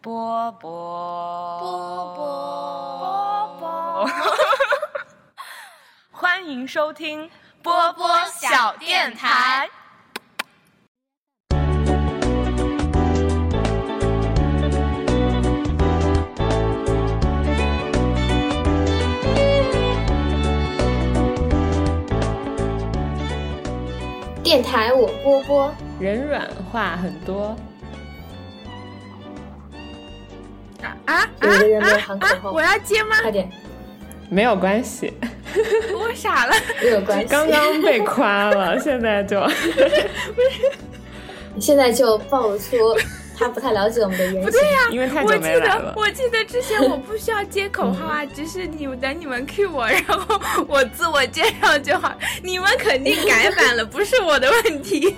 波波波波波波，欢迎收听波波小电台。电台我波波，人软话很多，啊有一个人没有喊口啊！号我，要接吗？快点，没有关 系。我傻了，没有关系。刚刚被夸 了，现在就现在就暴露出他不太了解我们的原型。因为太我久记没来得了，我记得之前我不需要接口号啊，只是你们等你们 cue 我，然后我自我介绍就好。你们肯定改版了，不是我的问题。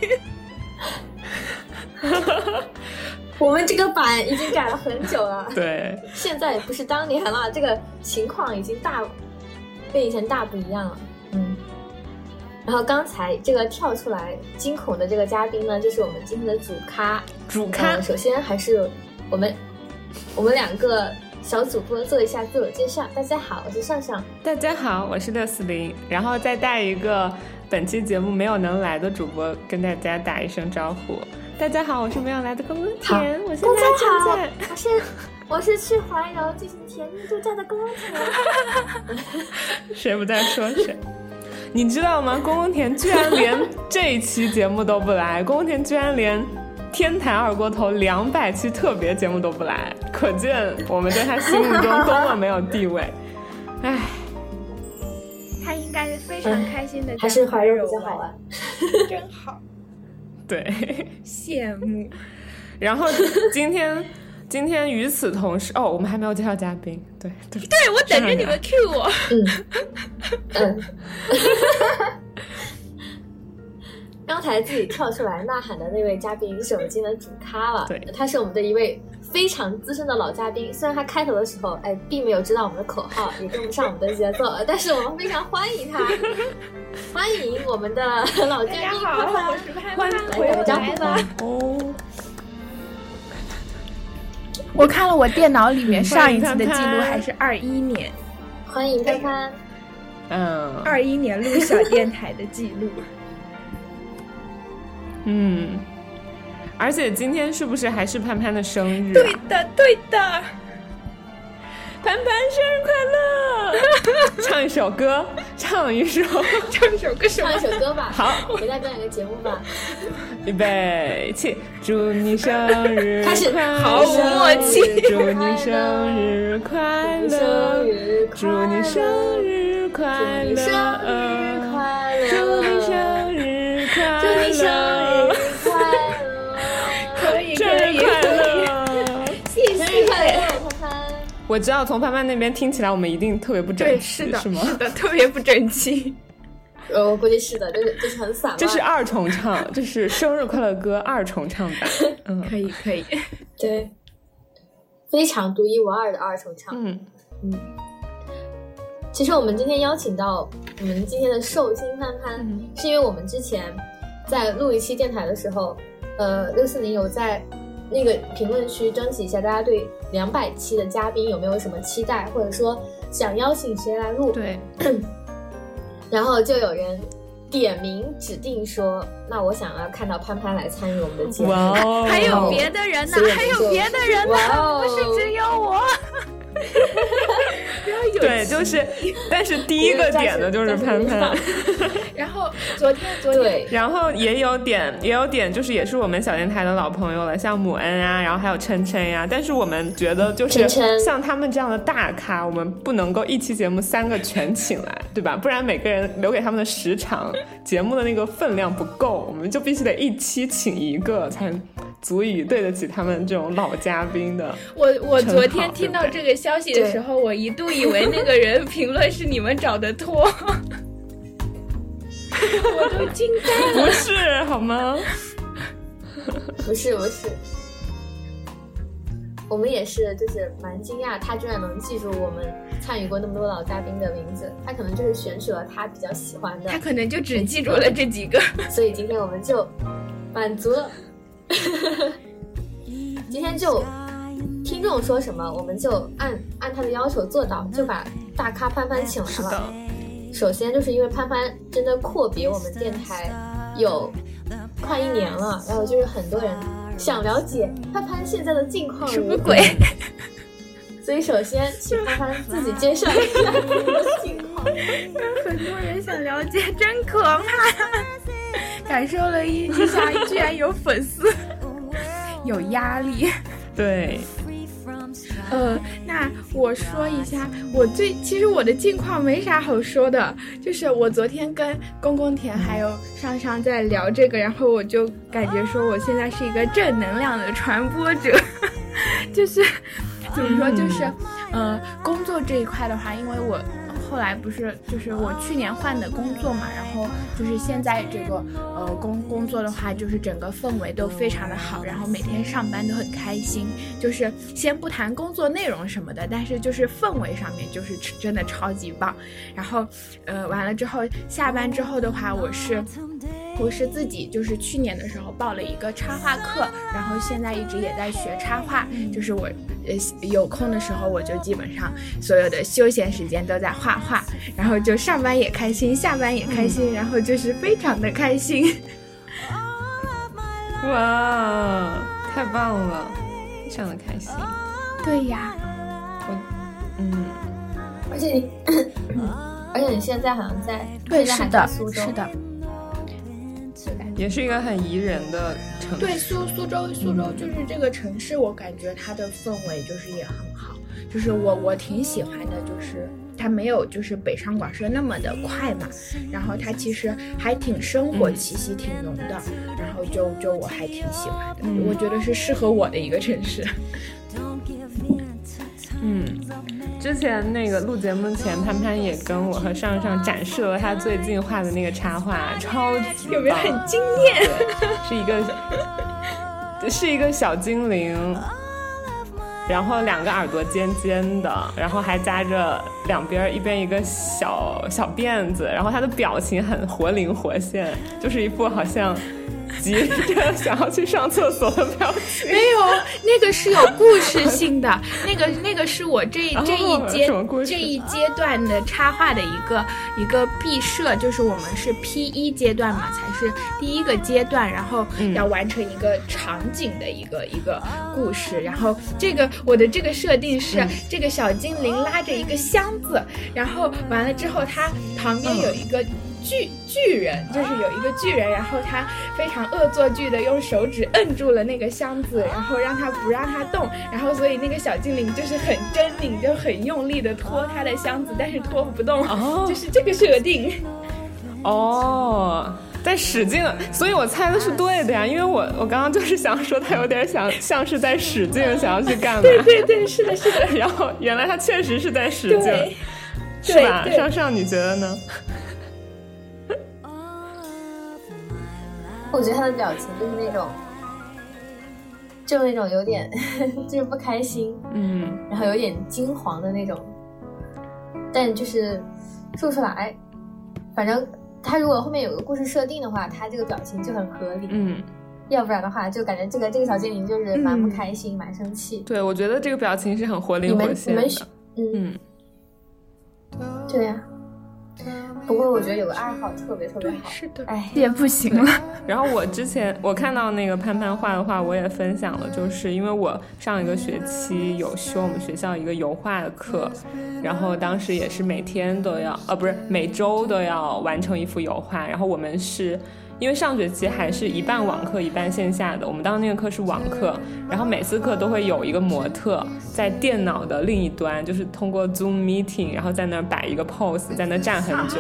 我们这个版已经改了很久了，对，现在也不是当年了，这个情况已经大跟以前大不一样了。嗯。然后刚才这个跳出来惊恐的这个嘉宾呢，就是我们今天的主咖。主咖嗯，首先还是我们我们两个小主播做一下自我介绍。大家好，我是上上。大家好，我是六四零，然后再带一个本期节目没有能来的主播跟大家打一声招呼。大家好，我是没有来的公公好田，我现公在正公好在我是我是去怀柔进行甜蜜度假的公公田。谁不在说谁？ 你知道吗？公公田居然连这一期节目都不来，公公田居然连天坛二锅头两百期特别节目都不来，可见我们对他心目中多么没有地位。唉， 他应该是非常开心的， 哎还是怀柔比较 好，玩。真好，对。羡慕。然后今天，今天与此同时，哦，我们还没有介绍嘉宾，对对对，哎对，我等着你们 cue 我。嗯， 刚才自己跳出来呐喊的那位嘉宾是我们今天的主咖了，对他是我们的一位非常资深的老嘉宾。虽然他开头的时候，哎，并没有知道我们的口号，也跟不上我们的节奏，但是我们非常欢迎他，欢迎我们的老大家嘉宾好，潘我潘。是潘欢潘，迎我回又来来了。了哦。我看了我电脑里面上一次的记欢迎录潘潘还是二一年，欢迎潘潘，嗯二一年录小电台的记 录。嗯，而且今天是不是还是潘潘的生日、啊？对的，对的。潘潘生日快乐！ 唱一首歌，唱一首。唱首歌什唱么一？首歌吧，好，给大家表演个节目吧。预备起，祝你生日开始快乐！毫无 默契祝你生日快乐！祝你生日快祝你生日乐！快乐！祝你生日快乐！祝你生日快乐！可以，生可日以，快可以。乐！谢生日快谢。乐，潘潘！我知道从潘潘那边听起来，我们一定特别不整对，齐，是的，吗？是的，特别不争气。呃，我估计是的，就是就是很散乱。这是二重唱，这是生日快乐歌二重唱版。嗯可以，可以。对，非常独一无二的二重唱。嗯，其实我们今天邀请到我们今天的寿星潘潘，嗯是因为我们之前在录一期电台的时候，呃，六四零有在那个评论区征集一下大家对两百期的嘉宾有没有什么期待，或者说想邀请谁来录。对，然后就有人点名指定说，那我想要看到潘潘来参与我们的节目。哇哦，还有别的人呢所以我，们还有别的人呢，哇哦不是只有我。不要有对，气就。是，但是第一个点的 就是潘潘，然后昨天，昨天对，然后也有点，也有点，就是也是我们小电台的老朋友了，像母恩啊，然后还有琛琛呀。但是我们觉得，就是琛琛像他们这样的大咖，我们不能够一期节目三个全请来，对吧？不然每个人留给他们的时长，节目的那个分量不够，我们就必须得一期请一个，才足以对得起他们这种老嘉宾 的。我我陈昨好天听对不到对这个消息的时候，我一度以为那个人评论是你们找的托， 我都惊呆了。不是好吗？不是不是，我们也是就是蛮惊讶，他居然能记住我们参与过那么多老嘉宾的名字，他可能就是选取了他比较喜欢的他，可能就只记住了这几个。所以今天 我们就满足了。今天就听众说什么，我们就按按他的要求做到，就把大咖潘潘请来是的了。，首先就是因为潘潘真的阔别我们电台有快一年了，然后就是很多人想了解潘潘现在的近况什如么何，鬼？所以首先请潘潘自己介绍一下你的近况。 很多人想了解， 真可怕！感受了一一下，居然有粉丝， 有压力。对，呃，那我说一下，我最其实我的近况没啥好说的，就是我昨天跟公公田还有上上在聊这个，然后我就感觉说我现在是一个正能量的传播者， 就是怎么说，就是呃，工作这一块的话，因为我。后来不是就是我去年换的工作嘛，然后就是现在这个呃工工作的话，就是整个氛围都非常的好，然后每天上班都很开心，就是先不谈工作内容什么的，但是就是氛围上面就是真的超级棒。然后，呃，完了之后下班之后的话，我是我是自己就是去年的时候报了一个插画课，然后现在一直也在学插画，嗯就是我呃有空的时候我就基本上所有的休闲时间都在画画，然后就上班也开心，下班也开嗯心，然后就是非常的开心。哇，太棒了，非常的开心。对呀，嗯，而且你， 而且你现在好像在，对，现在是还在的，苏州，是的。也是一个很宜人的城市。对，苏苏州，苏州就是这个城市，我感觉它的氛围就是也很好，就是我我挺喜欢的，就是它没有就是北上广深那么的快嘛，然后它其实还挺生活气息挺浓的，然后就就我还挺喜欢的，嗯我觉得是适合我的一个城市。 嗯，之前那个录节目前，潘潘也跟我和上上展示了他最近画的那个插画，超级有没有棒很惊艳？是一个是一个小精灵，然后两个耳朵尖尖的，然后还夹着两边儿一边一个小小辫子，然后他的表情很活灵活现，就是一副好像急着想要去上厕所的表情。 没有，那个是有故事性的， 那个那个是我这哦这一阶、什么故事这一阶段的插画的一个一个毕设，就是我们是 P 一阶段嘛，才是第一个阶段，然后嗯要完成一个场景的一个、一个故事，然后这个我的这个设定是、嗯这个小精灵拉着一个箱子，然后完了之后它旁嗯边有一个。巨巨人就是有一个巨人，然后他非常恶作剧的用手指摁住了那个箱子，然后让他不让他动，然后所以那个小精灵就是很狰狞，就很用力的拖他的箱子，但是拖不动，哦 就是这个设定。 哦。在使劲，所以我猜的是对的呀，因为我我刚刚就是想说他有点想像是在使劲想要去干嘛，对对，是的，是的， 然后原来他确实是在使劲，对，是对吧？对上上，你觉得呢？我觉得他的表情就是那种，就那种有点 就是不开心，嗯，然后有点金黄的那种，但就是说不出来。反正他如果后面有个故事设定的话，他这个表情就很合理；嗯，要不然的话，就感觉这个这个小精灵就是蛮不开嗯心、蛮生气。对，我觉得这个表情是很活你灵活们你现们的。嗯，嗯，对呀、不过我觉得有个爱好特别特别对，好，是的，哎，也不行了。然后我之前我看到那个潘潘画的画，我也分享了，就是因为我上一个学期有修我们学校一个油画的课，然后当时也是每天都要，呃，不是每周都要完成一幅油画，然后我们是。因为上学期还是一半网课一半线下的，我们当时那个课是网课，然后每次课都会有一个模特在电脑的另一端，就是通过 Zoom meeting，然后在那儿摆一个 pose，在那儿站很久，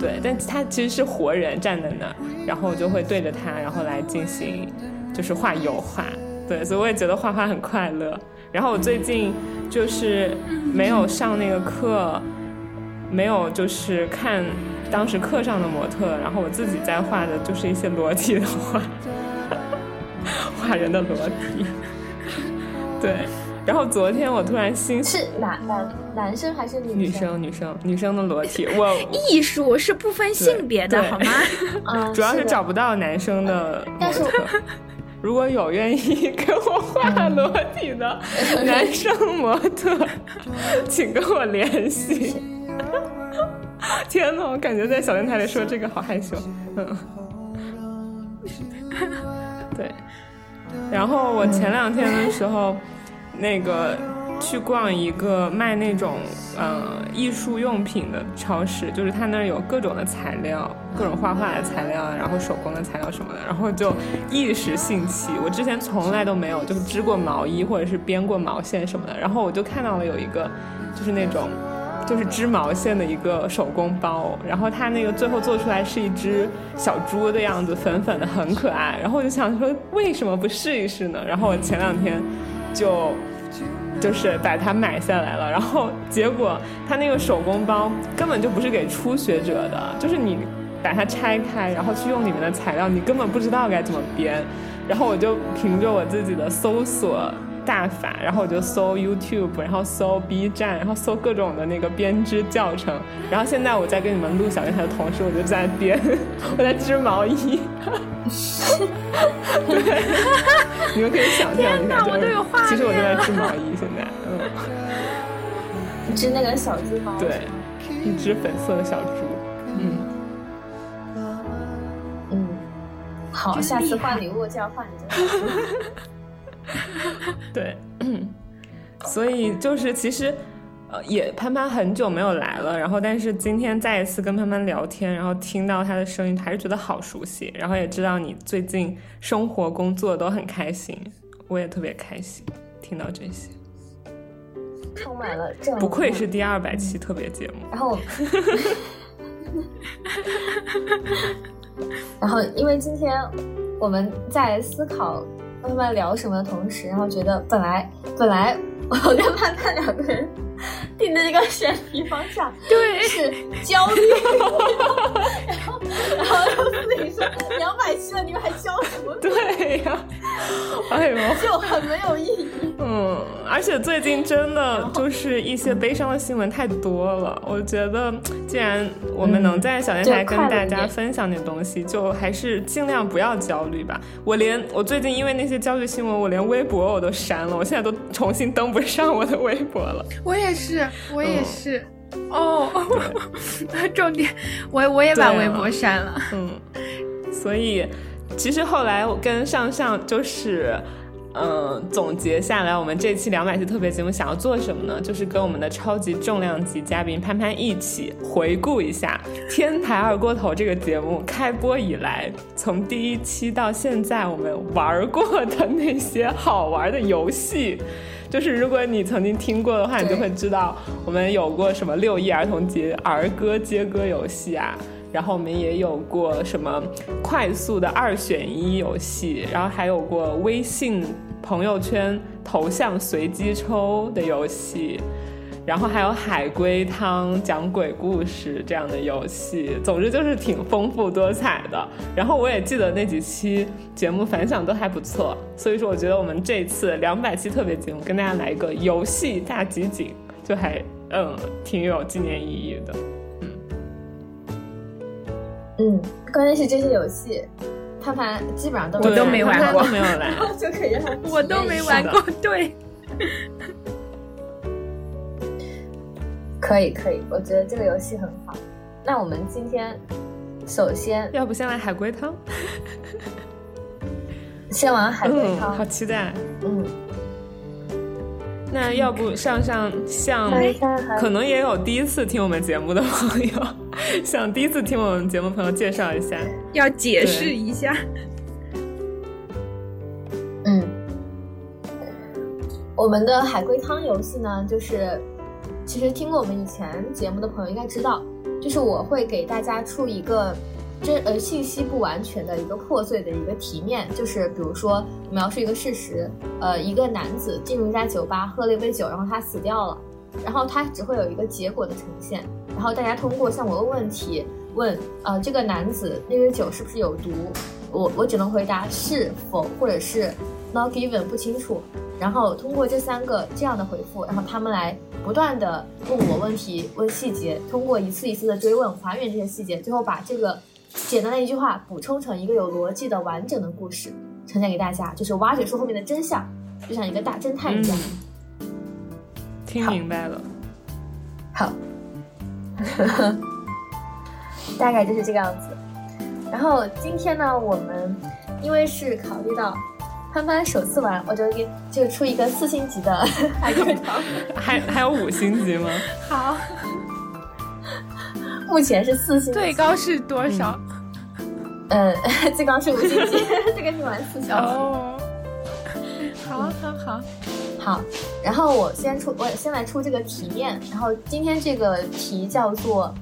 对，但他其实是活人站在那儿，然后我就会对着他，然后来进行就是画油画，对，所以我也觉得画画很快乐。然后我最近就是没有上那个课，没有就是看当时课上的模特，然后我自己在画的就是一些裸体的画，画人的裸体，对。然后昨天我突然欣喜是男男男生还是女女生女生女生的裸体，我艺术是不分性别的，对好吗？嗯，主要是的找不到男生的模但是特，如果有愿意给我画裸体的男生模特， 请跟我联系。 天呐，我感觉在小电台里说这个好害羞。嗯， 对。然后我前两天的时候，那个去逛一个卖那种呃艺术用品的超市，就是他那儿有各种的材料，各种画画的材料，然后手工的材料什么的，然后就一时兴起。我之前从来都没有就是织过毛衣或者是编过毛线什么的，然后我就看到了有一个就是那种。就是织毛线的一个手工包，然后它那个最后做出来是一只小猪的样子，粉粉的，很可爱。然后我就想说，为什么不试一试呢？然后我前两天就就是把它买下来了，然后结果它那个手工包根本就不是给初学者的，就是你把它拆开，然后去用里面的材料，你根本不知道该怎么编。然后我就凭着我自己的搜索。大法，然后我就搜 YouTube，然后搜 B 站，然后搜各种的那个编织教程。然后现在我在跟你们录小电台的同时，我就在编， 我在织毛衣。对，你们可以想象一下，天哪我都有画其实我就在面了织毛衣，现在，嗯，织那个小鸡毛。对，一只粉色的小猪，嗯，嗯，好，真下厉次害换礼物就要换你这个。对， 所以就是其实。呃，也潘潘很久没有来了，然后但是今天再一次跟潘潘聊天，然后听到她的声音，还是觉得好熟悉，然后也知道你最近生活工作都很开心，我也特别开心听到这些，充满了正能量不愧是第二百期特别节目， 然后，然后因为今天我们在思考跟他们聊什么的同时，然后觉得本来本来我跟盼盼两个人定的这个选题方向对，是焦虑， 然后然后自己说两百期了，你们还焦什么？对呀、 哎呦，就很没有意义。嗯，而且最近真的就是一些悲伤的新闻太多了。我觉得，既然我们能在小电台嗯就跟快乐大一家点分享点东西，就还是尽量不要焦虑吧。我连我最近因为那些焦虑新闻，我连微博我都删了，我现在都重新登不上我的微博了。 我也是，我也是。哦， 重点，我我也把对啊微博删了。嗯， 所以其实后来我跟上上就是，嗯、总结下来，我们这期两百期特别节目想要做什么呢？就是跟我们的超级重量级嘉宾潘潘一起回顾一下《天台二锅头》这个节目开播以来，从第一期到现在我们玩过的那些好玩的游戏。就是如果你曾经听过的话，你就会知道我们有过什么六一儿童节儿歌接歌游戏啊，然后我们也有过什么快速的二选一游戏，然后还有过微信朋友圈头像随机抽的游戏。然后还有海龟汤、讲鬼故事这样的游戏，总之就是挺丰富多彩的。然后我也记得那几期节目反响都还不错，所以说我觉得我们这次两百期特别节目跟大家来一个游戏大集锦，就还嗯挺有纪念意义的。嗯，关键是这些游戏，盼盼基本上都我都对没玩过他都没有来。 就可以让他我都没玩哦过，对，可以可以，我觉得这个游戏很好。那我们今天首先要不先来海龟汤？先玩海龟嗯，汤好，期待。嗯，那要不上上像来看海可能也有第一次听我们节目的朋友，向第一次听我们节目朋友介绍一下。要解释一下。嗯，我们的海龟汤游戏呢，就是其实听过我们以前节目的朋友应该知道，就是我会给大家出一个这呃信息不完全的一个破碎的一个题面，就是比如说描述一个事实，呃，一个男子进入一家酒吧喝了一杯酒，然后他死掉了，然后他只会有一个结果的呈现，然后大家通过向我问问题，问呃这个男子那杯酒是不是有毒，我我只能回答是否或者是 not given 不清楚，然后通过这三个这样的回复，然后他们来不断的问我问题、问细节，通过一次一次的追问、还原这些细节，最后把这个简单的一句话补充成一个有逻辑的完整的故事。呈现给大家，就是挖掘出后面的真相，就像一个大侦探一样。听明白了。好， 大概就是这个样子。然后今天呢，我们因为是考虑到潘潘首次玩，我就给就出一个四星级的海龟汤，还还有五星级吗？好， 目前是四星，最，高是多少？嗯， 最高是五星级， 这个是玩四星级。哦，好好好，好，然后我先出，我先来出这个题面。然后今天这个题叫做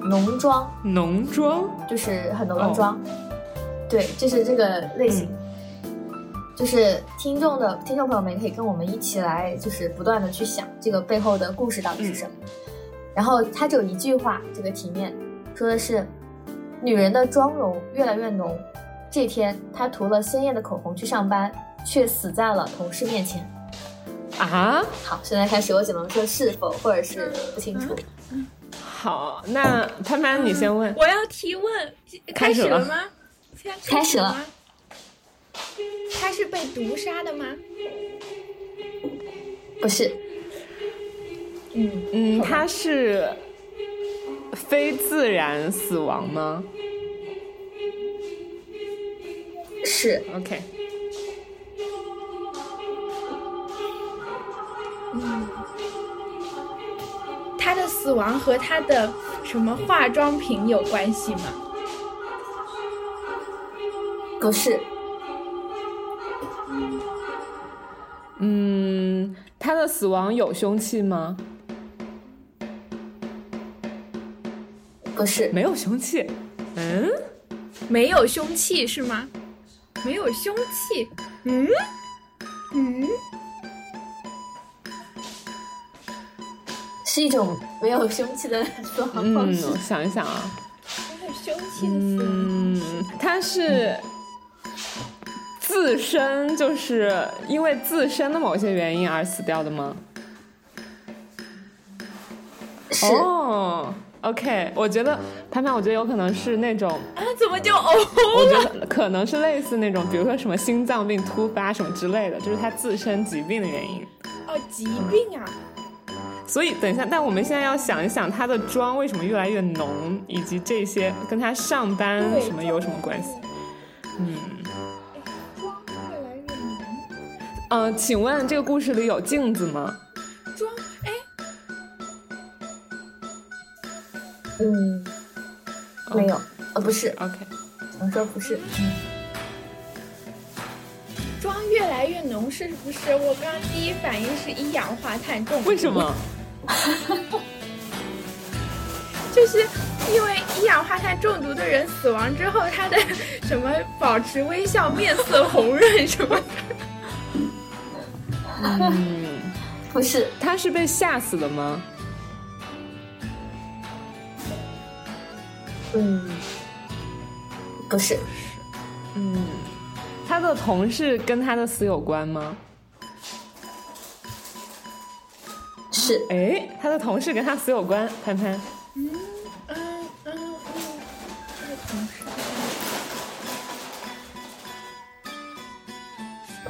浓妆，浓妆，就是很浓的哦妆。对，就是这个类型。就是听众的听众朋友们可以跟我们一起来，就是不断的去想这个背后的故事到底是什么。然后它只有一句话，这个题面说的是，女人的妆容越来越浓。这天，她涂了鲜艳的口红去上班，却死在了同事面前。啊，好，现在开始，我只能说是否或者是不清楚。好，那潘潘你先问，我要提问，开开始始了了吗？现在开始了吗。他是被毒杀的吗？不是，嗯，他是非自然死亡吗是？OK，他的死亡和他的什么化妆品有关系吗？不是？嗯，他的死亡有凶器吗？不是，没有凶器。嗯，没有凶器是吗？没有凶器，嗯嗯，是一种没有凶器的说话方嗯，式。我想一想啊，没有凶器的死亡。嗯，他是自身就是因为自身的某些原因而死掉的吗？是、哦，OK，我觉得潘潘，我觉得有可能是那种，啊，怎么就哦？我觉得可能是类似那种，比如说什么心脏病突发什么之类的，就是他自身疾病的原因。哦，疾病啊！所以等一下，但我们现在要想一想他的妆为什么越来越浓，以及这些跟他上班对什么有什么关系？妆越来越浓，嗯、请问这个故事里有镜子吗？妆哎，嗯，没哦有，呃，不是， OK，只能说不是。妆越来越浓是不是？我刚刚第一反应是一氧化碳中毒，为什么？就是因为一氧化碳中毒的人死亡之后，他的什么保持微笑、面色红润什么的，不是，他是被吓死的吗？嗯，不是，嗯，他的同事跟他的死有关吗？是哎，他的同事跟他死有关，潘潘。，嗯嗯嗯，这个同事。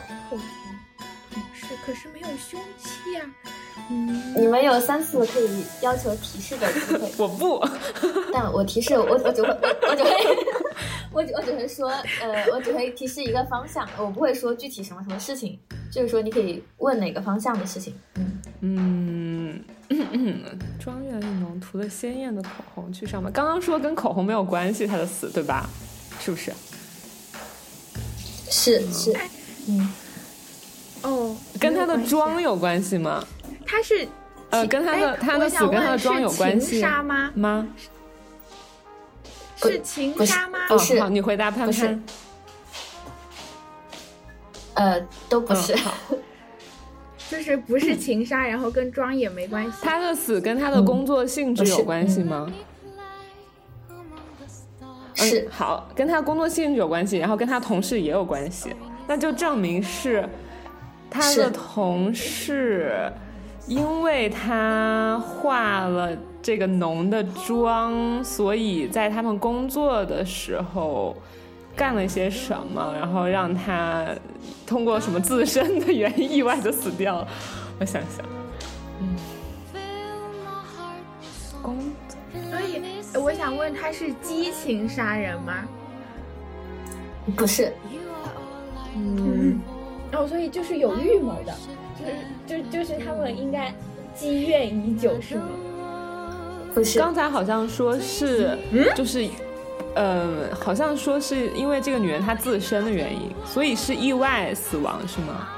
口红同事可是没有凶器呀、嗯，你们有三次可以要求提示的机会我不，但我提示我我只会我我只会我只我只会说呃我只会提示一个方向，我不会说具体什么什么事情，就是说你可以问哪个方向的事情。嗯，妆越来越浓，涂了鲜艳的口红去上班。刚刚说跟口红没有关系，他的死对吧？是不是？是是，嗯，哦，跟他没的有关系啊妆有关系吗？他是呃，情跟他的哎他我的死想跟他的问妆是有关情系杀吗？吗？不是情不是杀吗？不是哦，好，你回答潘不是潘。呃，都不是嗯，好就是不是情杀，然后跟妆也没关系。他的死跟他的工作性质不是有关系吗？嗯是好，跟他工作性质有关系，然后跟他同事也有关系，那就证明是他的是同事，因为他化了这个浓的妆，所以在他们工作的时候干了些什么，然后让他通过什么自身的原因意外的死掉了。我想想，嗯工所以呃我想问，他是激情杀人吗？不是，嗯，哦，所以就是有预谋的，就是就就是他们应该积怨已久，是吗？嗯不是，刚才好像说是，就是，呃，好像说是因为这个女人她自身的原因，所以是意外死亡是吗？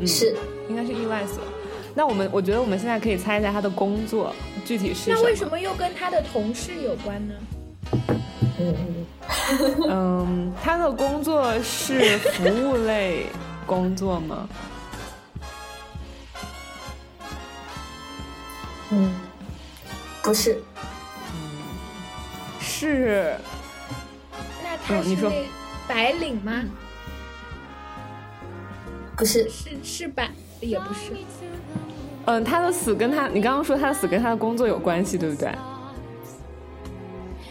嗯，是应该是意外死亡。那我们我觉得我们现在可以猜一下她的工作具体是那为什什么？么又跟他的同事有关呢？嗯嗯，嗯，她的工作是服务类工作吗？嗯，不是，是那他嗯你是说嗯白领吗？不是，是是白，也不是。嗯，他的死跟他，你刚刚说他的死跟他的工作有关系，对不对？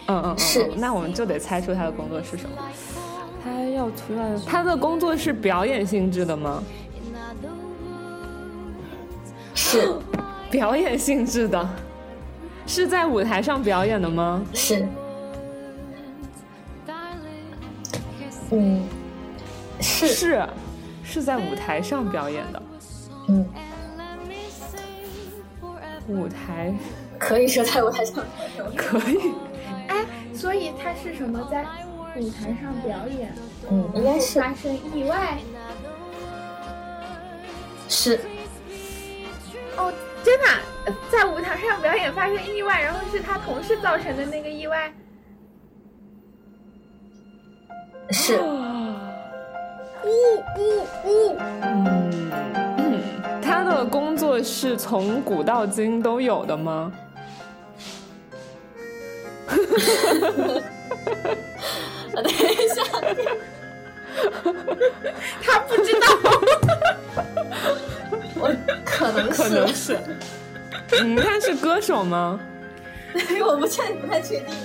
嗯嗯嗯，是嗯那我们就得猜出他的工作是什么。他要出来，他的工作是表演性质的吗？是表演性质的，是在舞台上表演的吗？是，嗯，是，是，是在舞台上表演的。嗯，舞台可以说在舞台上，可以，哎，所以他是什么在舞台上表演，嗯，应该是发生意外？是哦，真的啊、呃在舞台上表演发生意外，然后是他同事造成的那个意外。是，嗯，嗯他的工作是从古到今都有的吗？他不知道，我可能可能是，是。嗯，他是歌手吗？因为我不确定，不太确定，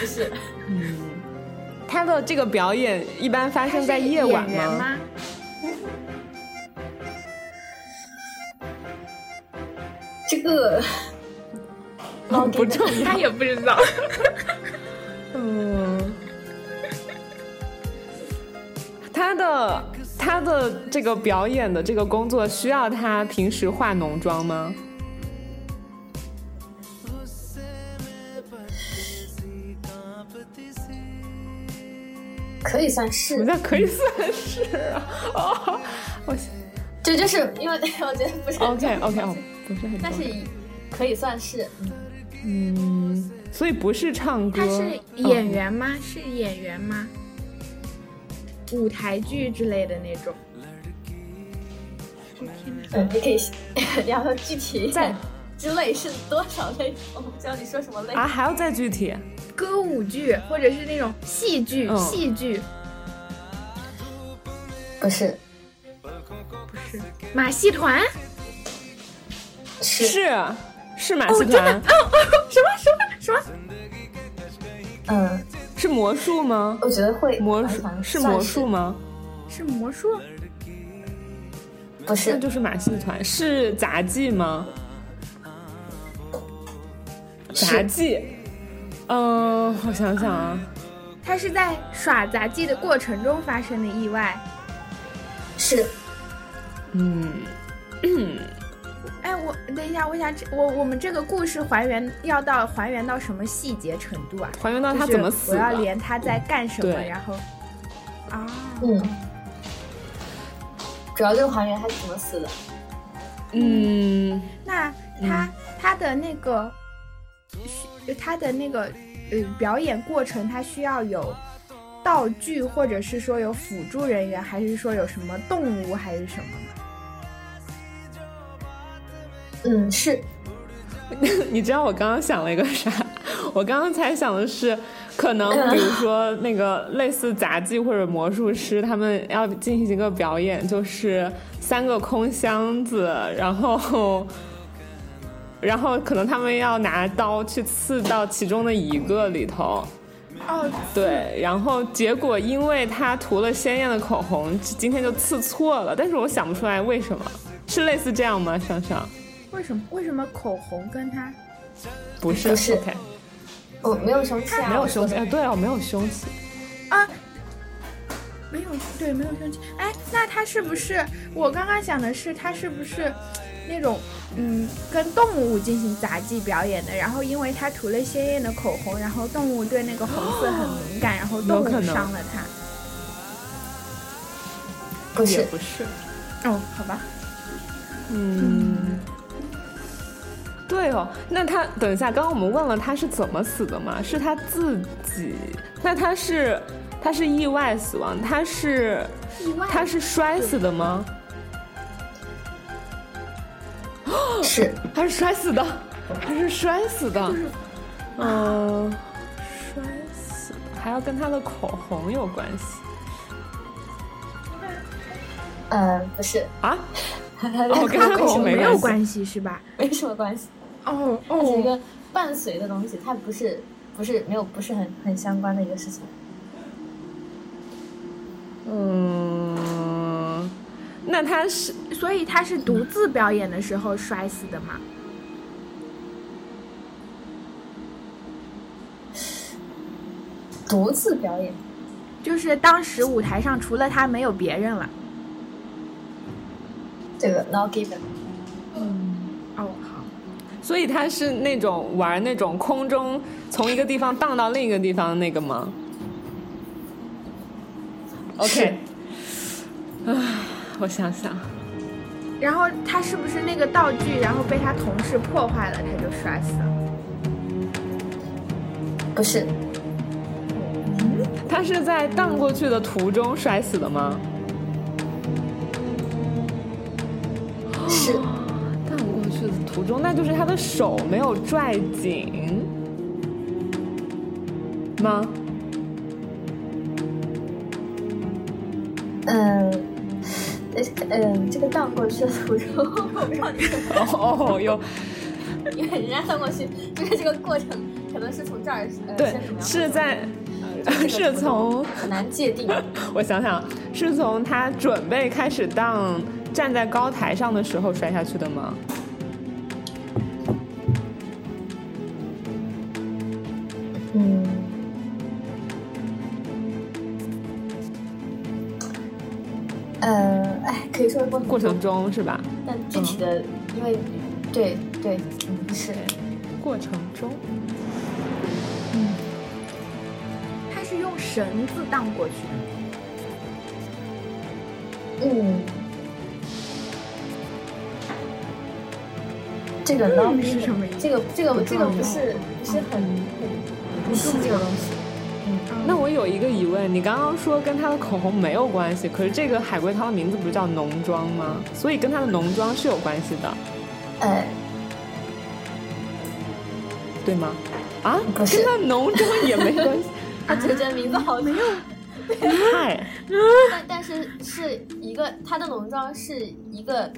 不是，他的这个表演一般发生在夜晚演员吗？吗？这个哦， 不重要。他也不知道。嗯，他的他的这个表演的这个工作需要他平时化浓妆吗？可以算我是，在可以算是啊。哦，我 这就是因为 我觉得不是很 OK OK 哦，不是很重但是要。可以算是，嗯，所以不是唱歌，嗯哦他是演员吗？是演员吗？舞台剧之类的那种。嗯，你可以 聊聊具体一在点之类是多少类，我不知道你说什么类嗯啊，还要再具体。歌舞剧，或者是那种戏剧，嗯戏剧不是，不是马戏团，是，是啊是哦马戏团，什么什么什么？嗯，是魔术吗？我觉得会魔好术像是算魔术？吗？是魔术？不那是，就是马戏团，是杂技吗？杂是技，嗯、我想想啊，他是在耍杂技的过程中发生的意外。是嗯，哎，我等一下，我想我我们这个故事还原要到还原到什么细节程度啊？还原到就他是怎么死我要的？连他在干什么，对然后啊，嗯，主要就是还原他是怎么死的。嗯，那他、他的那个需他的那个呃表演过程，他需要有道具，或者是说有辅助人员，还是说有什么动物，还是什么吗？嗯，是你知道我刚刚想了一个啥？ 我刚刚才想的是，可能比如说那个类似杂技或者魔术师，他们要进行一个表演，就是三个空箱子，然后， 然后可能他们要拿刀去刺到其中的一个里头，哦，对，然后结果因为他涂了鲜艳的口红，今天就刺错了，但是我想不出来为什么，是类似这样吗？上上为什么为什么口红跟他不是不是 o k 我没有生气啊，没有我凶器，哎，对哦，没有凶器，啊？没有对，没有生气。哎，那他是不是我刚刚想的是他是不是那种嗯跟动物进行杂技表演的？然后因为他涂了鲜艳的口红，然后动物对那个红色很敏感，然后动有可物能伤了他。不也是，不是，哦，好吧，嗯，对哦，那他等一下，刚刚我们问了他是怎么死的嘛？是他自己？那他是他是意外死亡？他是意外他是摔死的吗？是他是摔死的，他是摔死的。嗯，摔死的还要跟他的口红有关系呃不是，啊？哦跟他口红没没关有系关系是吧？没什么关系，哦它是一哦，个伴随的东西，它不是不是没有不是很很相关的一个事情。嗯，那他是所以他是独自表演的时候摔死的吗？独自表演，就是当时舞台上除了他没有别人了。这个 not given，哦，好，所以他是那种玩那种空中从一个地方荡到另一个地方的那个吗是？OK，啊，我想想，然后他是不是那个道具，然后被他同事破坏了，他就摔死了？不是他是在荡过去的途中摔死的吗？是荡过去的途中，那就是他的手没有拽紧吗？嗯。呃嗯，这个荡过去的途中，我不知道你怎么，哦哦，有因为人家荡过去，就是这个过程可能是从这儿，呃、对先怎么，样是在这个是途中从很难 界定，我想想，是从他准备开始荡站在高台上的时候摔下去的吗？嗯，呃，哎，可以说是过过程嗯中是吧？但具体的，因为对对，嗯，是过程中，他是用绳子荡过去的。嗯，这个 n o 嗯是什么意思这个这个不哦这重个要不是不是很嗯很细这个东西，那我有一个疑问，你刚刚说跟他的口红没有关系，可是这个海龟汤的名字不是叫浓妆吗？所以跟他的浓妆是有关系的，嗯哎，对吗？啊，不是跟他浓妆也没关系，他觉得名字好没有，嗨，但但是是一个他的浓妆是一个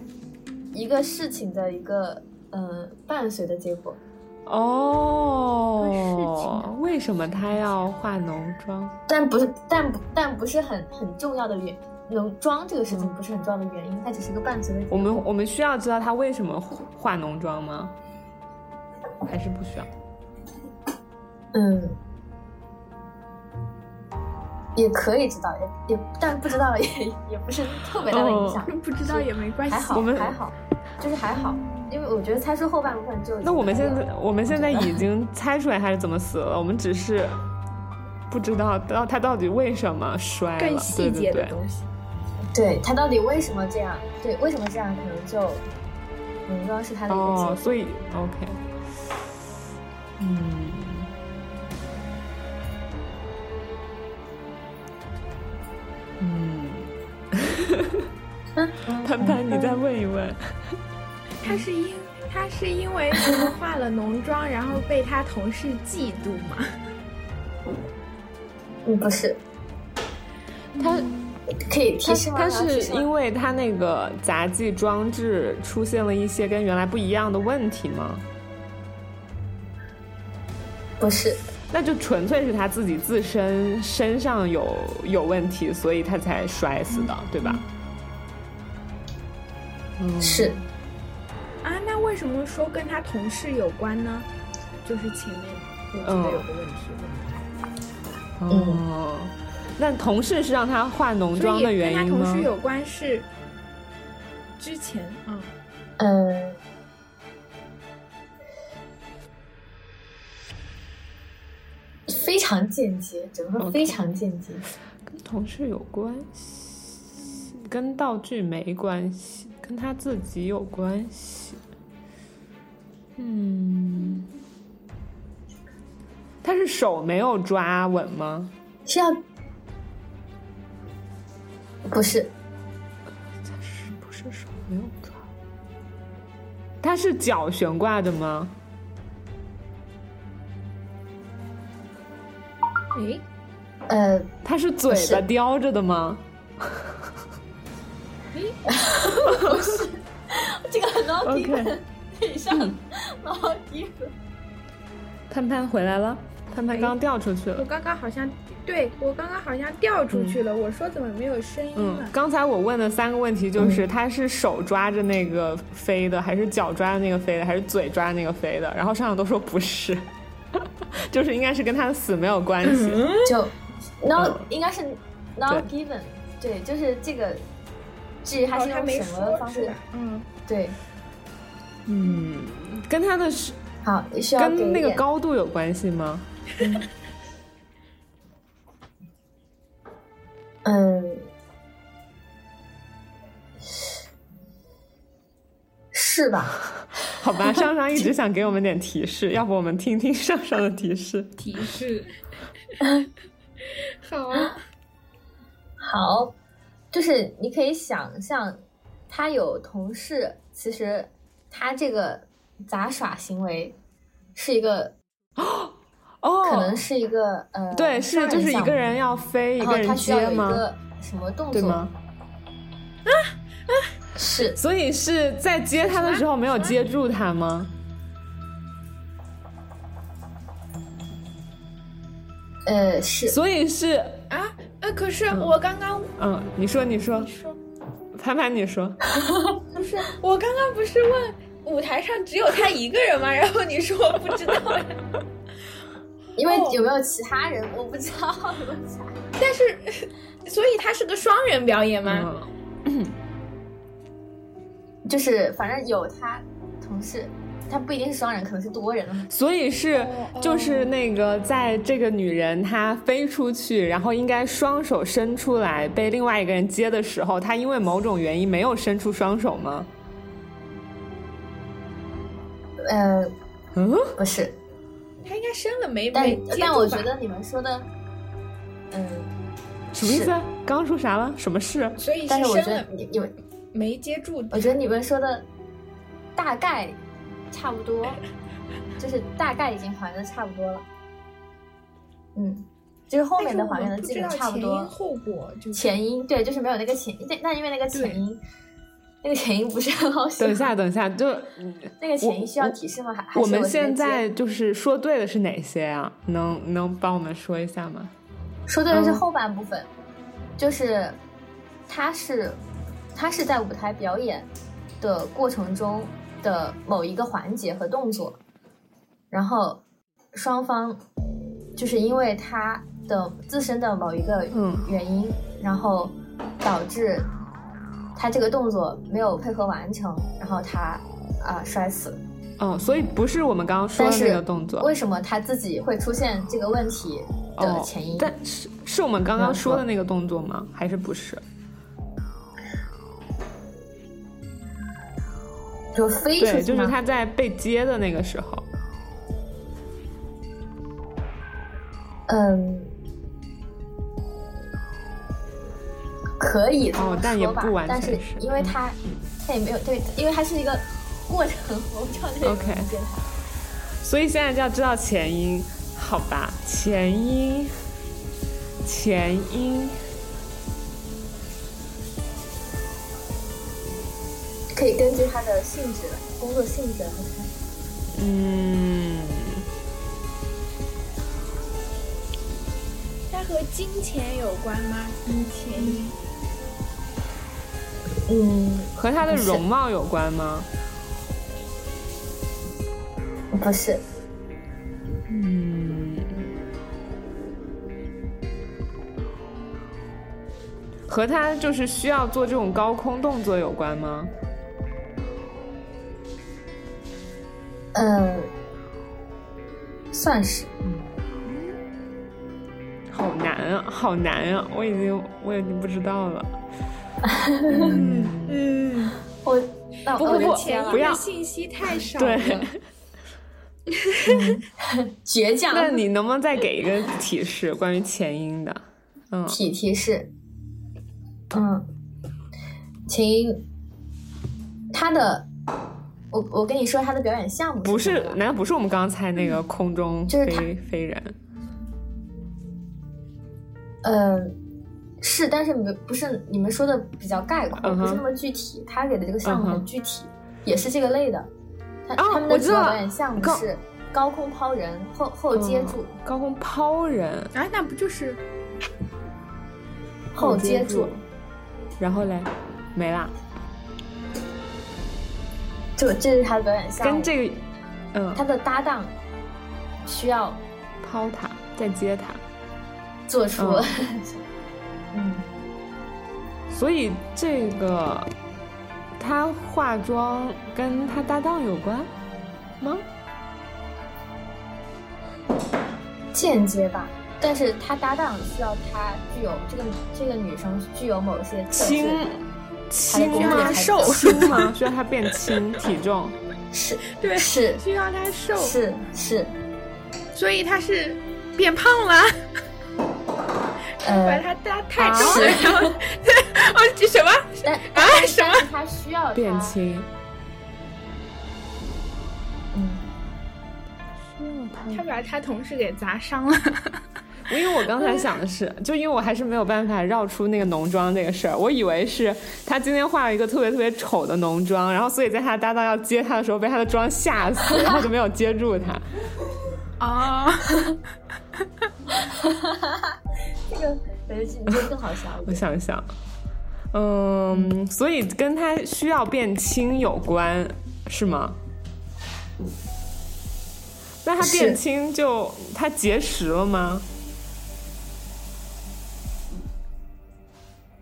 一个事情的一个呃伴随的结果， 哦，为什么他要化浓妆？但不是，但不，但不是很很重要的原浓妆这个事情不是很重要的原因，它只是一个伴随的。我们我们需要知道他为什么化浓妆吗？还是不需要？嗯，也可以知道，也也但不知道也也不是特别大的影响， 不知道也没关系。还好哦我们还好，就是还好，因为我觉得猜出后半部分就那我们现在我们现在已经猜出来他是怎么死了，我们只是不知道到他到底为什么摔了。更细节对对的对东西。对他到底为什么这样，对为什么这样，可能就浓妆是他的一个哦，结所以 OK，嗯，嗯， 潘潘，你再问一问，他是因他是因为化了浓妆，然后被他同事嫉妒嘛？嗯不是，他可以提示吗？他我要提是示吗因为他那个杂技装置出现了一些跟原来不一样的问题吗？不是那就纯粹是他自己自身身上有有问题，所以他才摔死的，对吧？嗯，是，啊，那为什么说跟他同事有关呢？就是前面我记嗯得有个问题问哦，那同事是让他化浓你，妆嗯所的以原跟他因同事吗？有关是之前，嗯，嗯，非常间接，整个 OK 非常间接。跟同事有关系，跟道具没关系，跟他自己有关系。嗯，他是手没有抓稳吗？是要不是他是不是手没有抓？他是脚悬挂着吗？哎，呃他是嘴巴不是叼着的吗？这个很难 OK，嗯以上老低盼盼回来了，盼盼刚掉出去我了。刚刚好像对我刚刚好像掉出去了，我说怎么没有声音啊嗯了？，刚才我问的三个问题就是，他是手抓着那个飞的，还是脚抓着那个飞的，还是嘴抓着那个飞的？然后上上都说不是， 就是应该是跟他的死没有关系。就 no、嗯应该是 not given，对，就是这个。至于他哦是他用没什么说方是式吧？？嗯，对，嗯，跟他的是好，需要给跟那个点高度有关系吗？嗯，是吧？好 吧，上上一直想给我们点提示，要不我们听听上上的提示。提示好啊，好，就是你可以想象，他有同事，其实他这个杂耍行为是一个，哦，可能是一个、呃，对，是杀就是人一项个目人要飞，一然个后他人需要接有一吗？个什么动对作？吗？是所以是在接他的时候没有接住他吗？呃是所以是，啊，呃，可是我刚刚嗯，你说你说，说，潘潘你说，不是我刚刚不是问舞台上只有他一个人吗？然后你说我不知 道呀，因为哦有没有其他人我不知道， 有没有其他人但是所以他是个双人表演吗？嗯，就是反正有他同事，他不一定是双人，可能是多人的嘛。所以是就是那个在这个女人她飞出去，然后应该双手伸出来被另外一个人接的时候，她因为某种原因没有伸出双手吗？呃，嗯，不是，他应该伸了没但没接但住我吧觉得你们说的，嗯，什么意思？是刚刚说啥了？什么事？所以但是是我觉伸得了你你们，没接住我觉得你们说的大概差不 多，就是大概已经还原的差不多了。嗯，就是后面的还原的基本差不多但是我们不知道前因后果嗯就是前因对，就是没有那个前，但但因为那个前因，那个前因不是很好想。等一下，等一下，就嗯 那个前因需要我提示吗？还还是我们直接现在接就是说对的是哪些啊？能能帮我们说一下吗？说对的是嗯后半部分，就是他是他是在舞台表演的过程中的某一个环节和动作，然后双方就是因为他的自身的某一个嗯原因，然后导致他这个动作没有配合完成，然后他啊、摔死了。哦，所以不是我们刚刚说但的那是个动作为什么他自己会出现这个问题的哦前因？，但是是我们刚刚说的那个动作吗？还是不是？就飞出去对，就是吗他在被接的那个时候。嗯，可以这么哦但也说吧不完但全是是因为嗯它它也没有对，因为它是一个过程，我不知道这个 OK 变态所以现在就要知道前因，好吧？前因，前因，可以根据它的性质、工作性质来看。嗯，和金钱有关吗？金钱，嗯，和她的容貌有关吗？不是，嗯，和她就是需要做这种高空动作有关吗？呃，算是好难啊，好难啊！我已经我已经不知道了。嗯，我，哦那不我不就不天了不要信息太少了。对，倔 强。那你能不能再给一个提示，关于前因的？嗯，体提示，嗯，请他的，我我跟你说他的表演项目不是是什，么吧难道不是我们刚才那个空中嗯就是飞、他飞人？嗯，是，但是没不是你们说的比较概括，嗯哼不是那么具体。他给的这个项目嗯很哼具体，也是这个类的。他、哦他们的我知主要道表演项目高是高空抛人、后后接住、嗯高空抛人，啊，那不就是后接住，，然后嘞，没啦，就这是他的表演项目。跟这个，嗯，他的搭档需要抛塔再接塔，做出，嗯，所以这个他化妆跟他搭档有关吗？间接吧。但是他搭档需要他具有这个这个女生具有某些特质轻，轻工作吗？还瘦 轻吗？需要他变轻，体重是对是需要他瘦，是是，所以他是变胖了，把呃，他搭太重了，然后 哦这什么？但啊但什么但是他需要他变轻，嗯，需要他他把他同事给砸伤了。因为我刚才想的是，就因为我还是没有办法绕出那个浓妆这个事儿，我以为是她今天化了一个特别特别丑的浓妆，然后所以在她搭档要接她的时候被她的妆吓死，然后就没有接住她。哦，这个我觉得你这个更好笑一我 点。想一想，嗯，所以跟她需要变轻有关，是吗？那她变是轻就她节食了吗？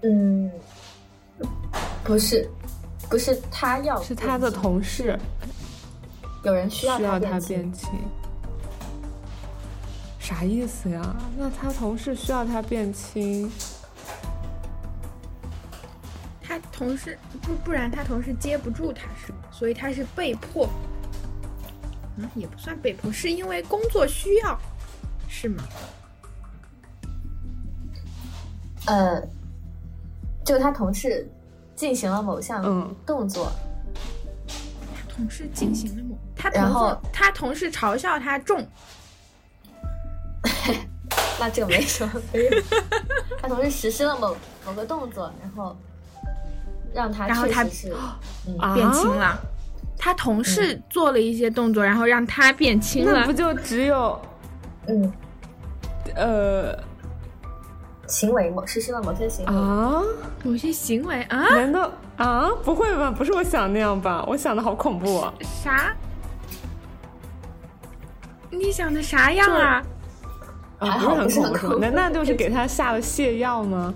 嗯，不是，不是他要，是她的同事有人需需要要她他变轻变轻。啥意思呀？那她同事需要她变轻，他同事不不然他同事接不住他是吗？所以他是被迫，嗯，也不算被迫，是因为工作需要，是吗？呃，就他同事进行了某项嗯，动作，同事进行了某，他然同后事他同事嘲笑他重，那这个没什么 没有。他同时实施了某某个动作，然后让他然后确他实是啊变轻了。他同事做了一些动作，然后让他变轻那了不。就只有 嗯呃行为某实施了某些行为。啊？某些行为啊，呃难道啊？不会吧？不是我想那样吧？我想的好恐怖啊！啥？你想的啥样啊？啊，不还是好很不是恐怖是很吧恐？怖难道就是给他下了泻药吗？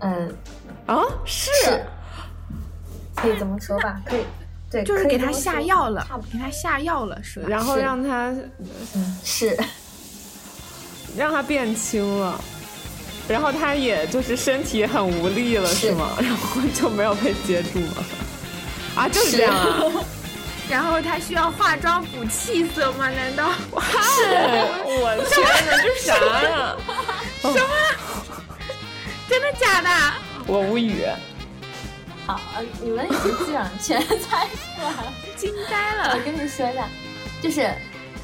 嗯，啊，是是，可以这么说吧？可以，对，就是可以给这他么说下药了差不，多给他下药了是吧？然后是让他是让他变轻了。然后他也就是身体也很无力了，是是吗？ 然后就没有被接住吗？啊，就是是这样啊！然后他需要化妆补气色吗？难道 我天哪，这啥啊呀？真的假的？我无语。好，呃你们已经基本上全猜出来了。惊呆我了！跟你说一下，就是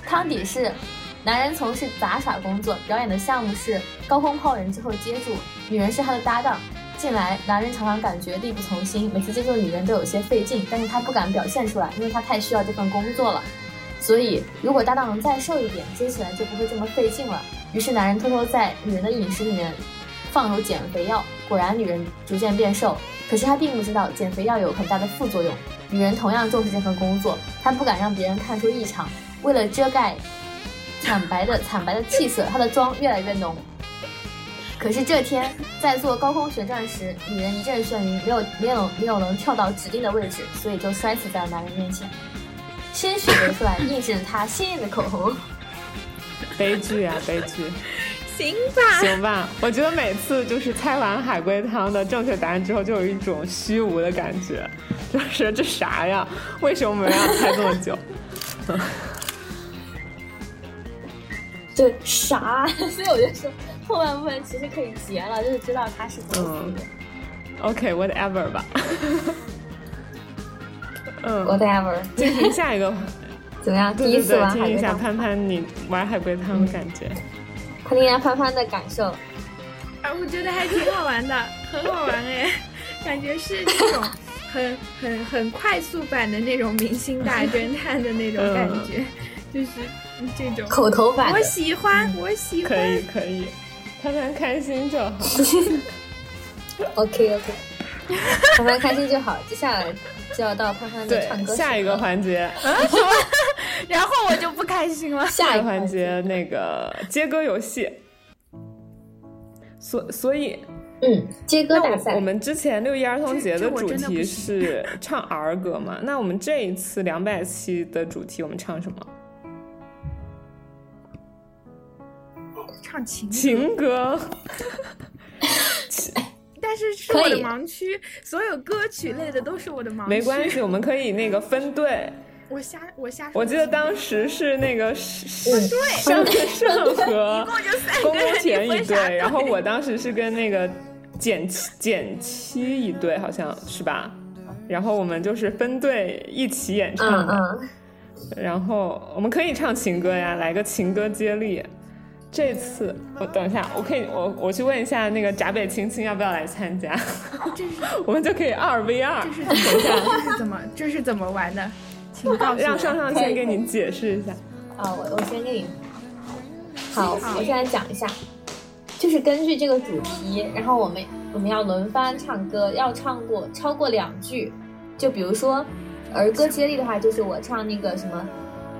汤底是男人从事杂耍工作，表演的项目是高空抛人之后接住，女人是他的搭档。近来，男人常常感觉力不从心，每次接住女人都有些费劲，但是他不敢表现出来，因为他太需要这份工作了。所以如果搭档能再瘦一点，接起来就不会这么费劲了。于是男人偷偷在女人的饮食里面放入减肥药，果然女人逐渐变瘦。可是他并不知道减肥药有很大的副作用，女人同样重视这份工作，她不敢让别人看出异常。为了遮盖惨白的惨白的气色，她的妆越来越浓。可是这天在做高空旋转时，女人一阵眩晕，没有没有没有能跳到指定的位置，所以就摔死在了男人面前。鲜血流出来，映衬她鲜艳的口红。悲剧啊，悲剧。行吧，行吧，我觉得每次就是猜完海龟汤的正确答案之后，就有一种虚无的感觉，就是这啥呀？为什么我们要猜这么久？对，啥？ 所以我就说后半部分其实可以结了，就是知道他是怎么嗯死的。 OK，whatever、吧。嗯， Whatever，进行下一 个，怎么样？对第一对次对，玩听海一龟下汤，嗯潘潘你玩海龟汤的感觉。快听一下潘潘的感受。啊，我觉得还挺好玩 的，很好玩哎，感觉是那 种很很很快速版的那种明星 大侦探的那种感觉，就是这种。口头版我的，喜欢，我喜嗯可欢以。可以，潘潘开心就好。 OK OK，潘潘开心就好。接下来就要到潘潘的哎对唱，歌时下一个刻环节， 然后我就不开心了。下下一一个个环节那个接歌游戏。所所以，嗯，接歌那大我赛我，们之前六一儿童节这这主我哎真的题不是唱儿歌嘛？那我们这一次两百期的主题我们唱什么？嗯唱情情歌，歌。但是是可我的以盲区，所有歌曲类的都是我的啊盲区。没关，系，我们可以那个分队。我瞎我瞎说。我记得当时是那个上上分队上 和我就 三公公个人，田一你分啥队，然后我当时是跟那个减七减七一队，好像是吧？然后我们就是分队一起演嗯唱的，嗯，然后我们可以唱情歌呀，来个情歌接力。这次我等一下，我可以我我去问一下那个闸北青青要不要来参加， 这是我们就可以二 v 二这。是怎么这是怎么这是怎么玩的？请告诉让上我。上可先以给可以你解释一下。啊，我我先给你。好，我先来讲一下，就是根据这个主题，然后我们我们要轮番唱歌，要唱过超过两句，就比如说儿歌接力的话，就是我唱那个什么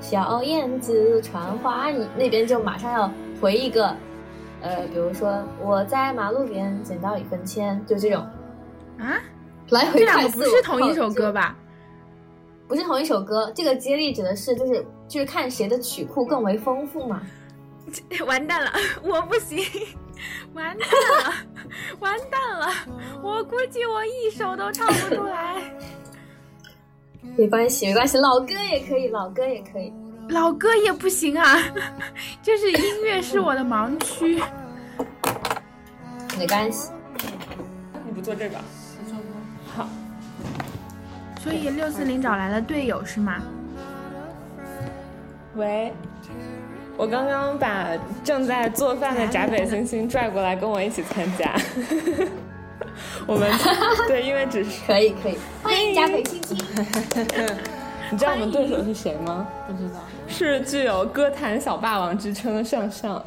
小燕子传花，你那边就马上要回一个，呃，比如说我在马路边捡到一分钱，就这种啊，来回这两快个四不是五同扣一首歌吧？不是同一首歌，这个接力指的是就是就是看谁的曲库更为丰富嘛。完蛋了，我不行，完蛋了，完蛋了，我估计我一首都唱不出来。没关系，没关系，老歌也可以，老歌也可以。老歌也不行啊， 就是音乐是我的盲区。没关系，你不做这个？好，所以六四零找来了队友是吗？喂，我刚刚把正在做饭的闸北星星拽过来跟我一起参加。 我 们对，因为只是可以，可以。欢迎加北青青，你知道我们对手是谁吗？不知道。是具有歌坛小霸王之称的上 上。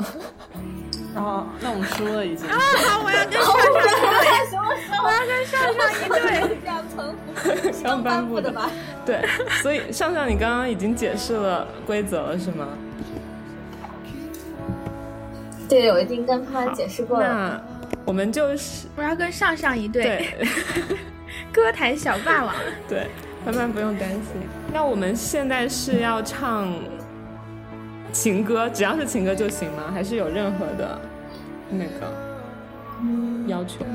然后，哦那我们输了已经。好，我要跟好不然什么时候我要跟上上一队。这样称呼？刚是颁刚颁布布的的吧？ 对，所以上上你刚刚已经解释了规则了是吗？对，我已经跟潘潘解释过了。那我们就是 我要跟上上一队，对歌坛小霸王。对，慢慢不用担心。那我们现在是要唱情歌，只要是情歌就行吗？还是有任何的那个要求？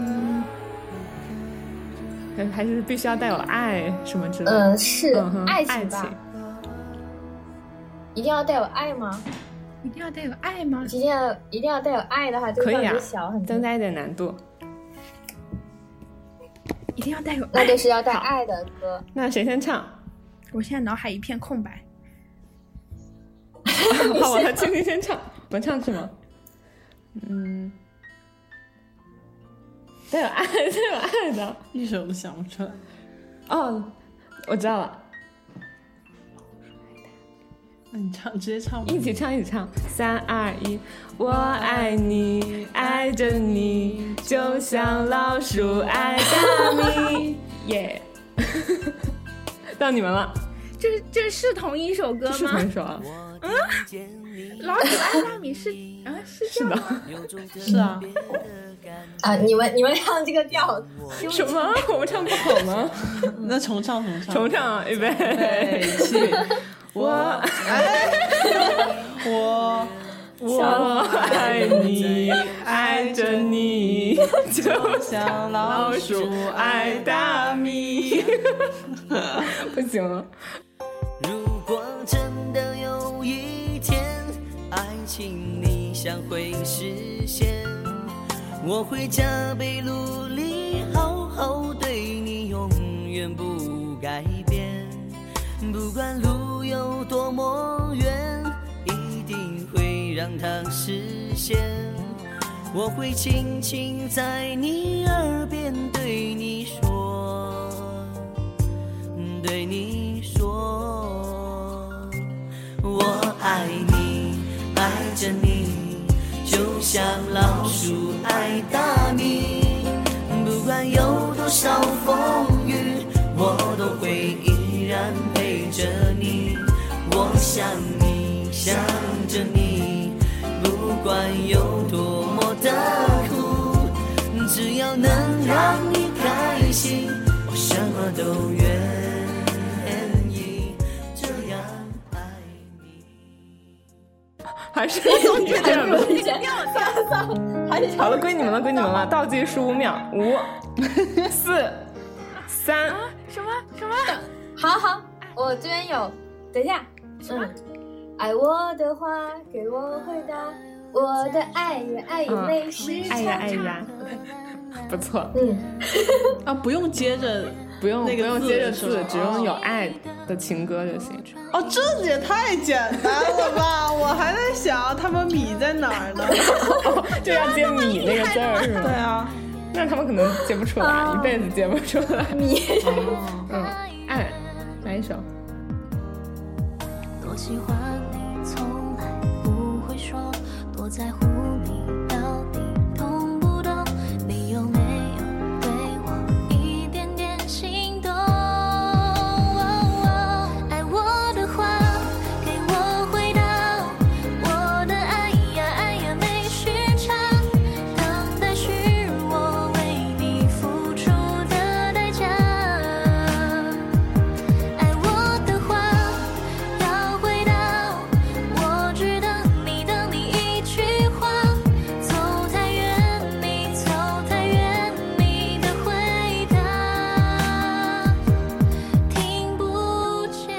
还还是必须要带有爱什么之类的？嗯，是嗯哼，爱情情吧？一定要带有爱吗？一定要带有爱吗一？定要一定要带有爱的话，就可以会让啊你小很多增。加一点难 度。一定要带有那爱。就是要带爱的歌。那谁先唱？我现在脑海一片空白。好， 我和青青先唱，我们唱什么？ 嗯，带有爱，带有爱的。一首都想不出来。哦，我知道了。那你唱，直接唱吧。一起唱，一起唱，三二一，我爱你，爱着你，就像老鼠爱大米， 耶！到你们了，这这是同一首歌是吗？同一首啊，老鼠爱大米是啊是这是样的吗，是啊，啊！你们你们唱这个调，什么？我们唱不好 吗？那重唱重唱。哎重唱啊，预备，对，起，我我我 我爱你，爱着你，就像老老鼠鼠爱爱大大米。 不行了，如果真的有一天，爱情理想会实现，我会加倍努力，好好对你，永远不改变。不管路有多么远，一定会让它实现。我会轻轻在你耳边对你说。对你说，我爱你，爱着你，就像老鼠爱大米。不管有多少风雨，我都会依然陪着你。我想你，想着你，不管有多么的苦，只要能让你开心，我什么都愿意。这样爱你。还是你这吧。还是好了，归你们了，归你们了。倒计时五秒，五、四、三。什么什么？好好，哎我这边有，等一下，嗯，爱我的话给我回答，嗯我的爱也爱也没时哎呀哎呀，不错，嗯，啊，不用接着不用不那个用字接着是吧字，只用有爱的情歌就行。哦，这也太简单了吧！我还在想他们米在哪儿呢。就要接你那个字儿是对吗？啊，那他们可能接不出来，哦一辈子接不出来。嗯，爱，来一首。多喜欢你，从来不会说，多在乎你到底懂不懂？你有没有对我一点点心动？爱我的话哦给我回答，我的爱呀爱呀没时差，等待是我为你付出的代价。爱我的话要回答，我只等你，等你一句话。走太远，你走太远，你的回答听不见。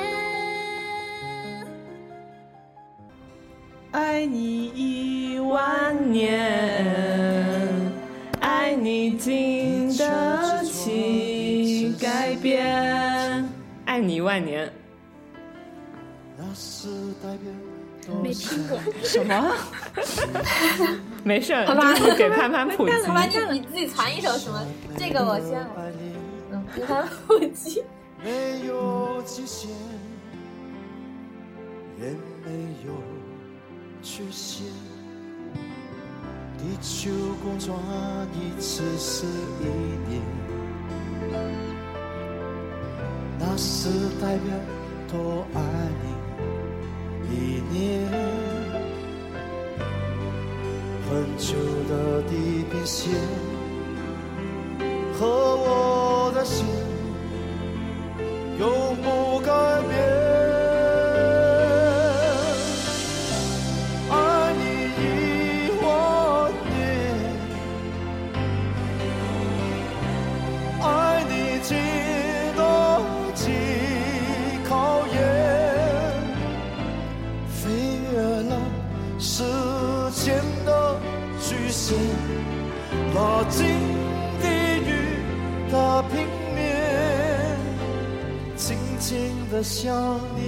爱你一万。万年，爱你经得起改变，爱你一万年。没听过，什么？没事儿，就是给潘潘普及。好吧，那你自己传一首什么？这个我先，嗯，你看腹肌，没有极限，也没有缺陷。地球公转一次是一年，那是代表多爱你一年。很久的地平线和我的心。永不改变。爱你一万年，爱你经得起考验，飞越了时间的局限，拉近地狱的平面。静静的想念。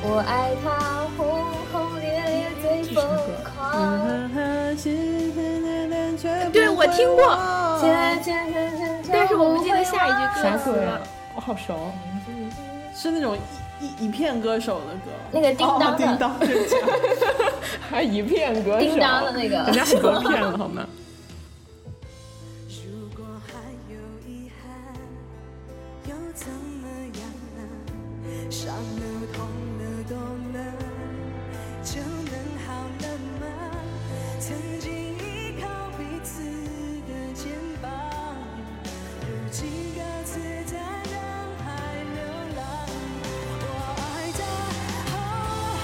我爱他轰轰烈烈最疯狂，对我听过，切切切切切，但是我不记得下一句歌啥词鬼啊了。？我好熟，是那种一一一片歌手的歌。那个叮哦、当叮的，当，对不起还一片歌手，叮当的那人个，家很多片了好吗？如果还有遗憾，又怎么样呢？伤了、痛了、懂了，就能好了吗？曾经依靠彼此的肩膀，如今各自在人海流浪。我爱的轰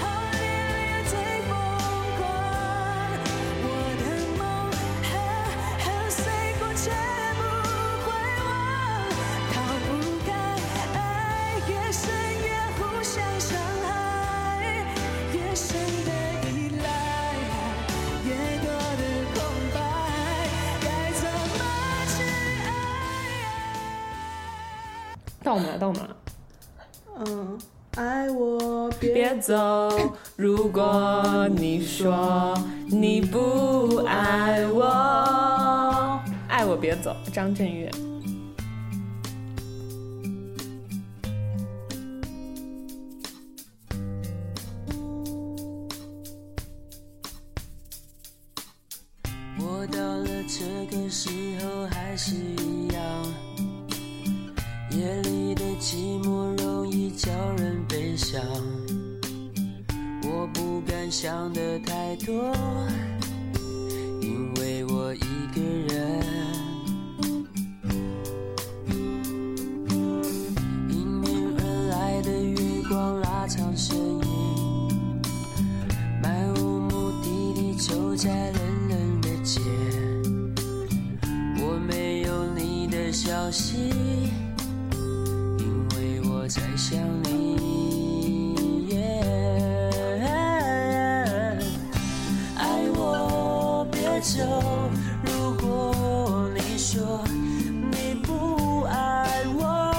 轰烈烈最疯狂，我的梦狠狠碎过却不会忘，逃不开爱越深越互相伤害，越深的依赖，越多的空白，该怎么去爱？到我们了，到我们了。 嗯，爱我别别走，如果你说你不爱我，爱我别走，张震岳。我到了这个时候还是一样，夜里的寂寞容易叫人悲伤。我不敢想的太多，因为我一个人。迎面而来的月光拉长身影。漫无目的地走在冷冷的街，我没有你的消息，因为我在想你。Yeah 爱我别走，如果你说你不爱我。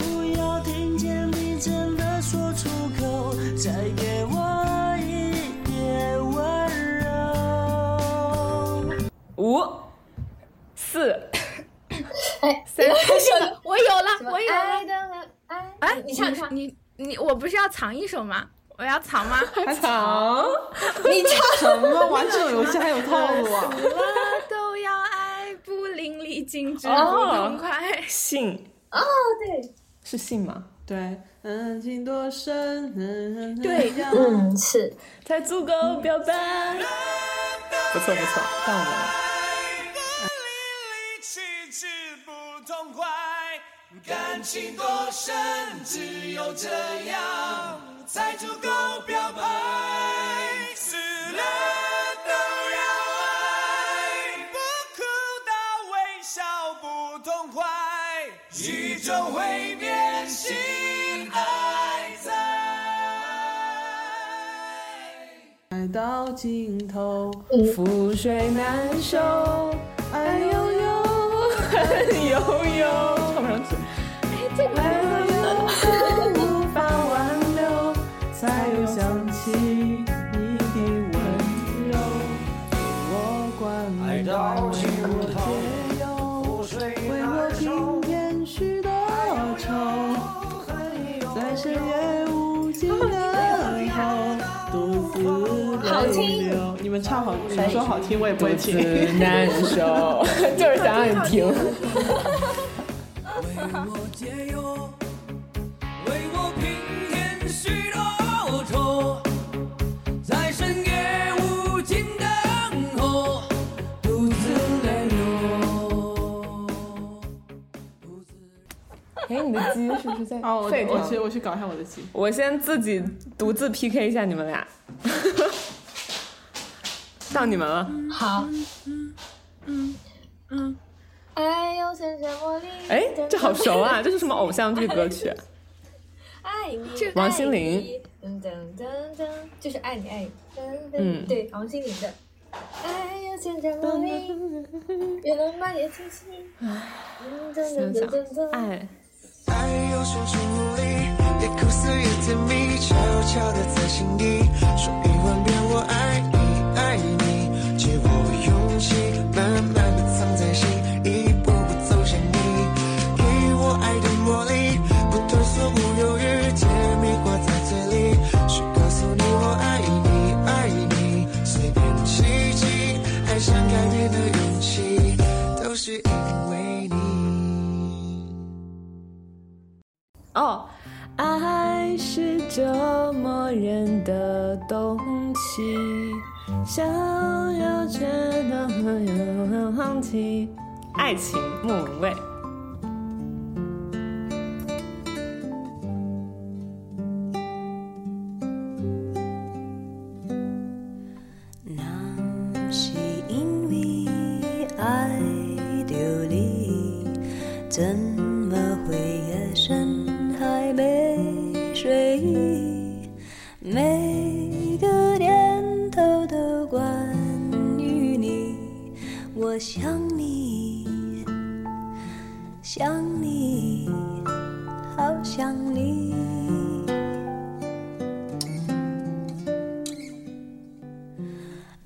不要听见你真的说出口，再给我一点温柔。五、四、哎，三、我有什了，么我有了爱。的爱，哎，你唱唱，你你我不是要藏一首吗？我要藏吗？藏。你唱，什么玩这种游戏还有套路啊？我都要爱，不淋漓尽致，不哦痛快。信对，是信吗？对，嗯，情多深，嗯，对这样嗯，是才足够表白。不错不错，到我们了。感情多深，只有这样才足够表白。死了都要爱，不哭到微笑不痛快，宇宙会变心，爱在。爱到尽头，覆水难收，哎爱悠悠。恨悠悠。唱不上去。哎爱悠悠，无法挽留，才又想 起你的温柔。我关爱到尽头，为我平添许多愁，在深夜无尽的后，独自好泪听流。你们唱好，你们说好听，我也不会独自听。难受，就是想让你停。为我解忧，为我平添许多愁，在深夜无尽等候，独自泪流。哎，你的鸡是不是在哦， 我沸腾？我去我去搞一下我的琴。我先自己独自 PK 一下你们俩，到你们了。好。嗯嗯嗯哎爱又深深我里，哎，这好熟啊！这是什么偶像剧歌曲？爱你，王心凌爱你，噔噔噔噔，就是爱你爱你，噔嗯噔，对，王心凌的。哎爱又牵着梦里，月亮满眼星星。噔噔想噔想噔噔，爱，爱有双重努力，也苦涩也甜蜜，悄悄的在心底说一万遍我爱你，爱你。借我勇气，慢慢的藏在心，一步步走向来的勇气，都是因为你。哦，爱是折磨人的东西，想要觉得很放弃。爱情莫文蔚。若是因为爱着你，怎么会夜深还没睡意？每个念头都关于你，我想你，想你，好想你。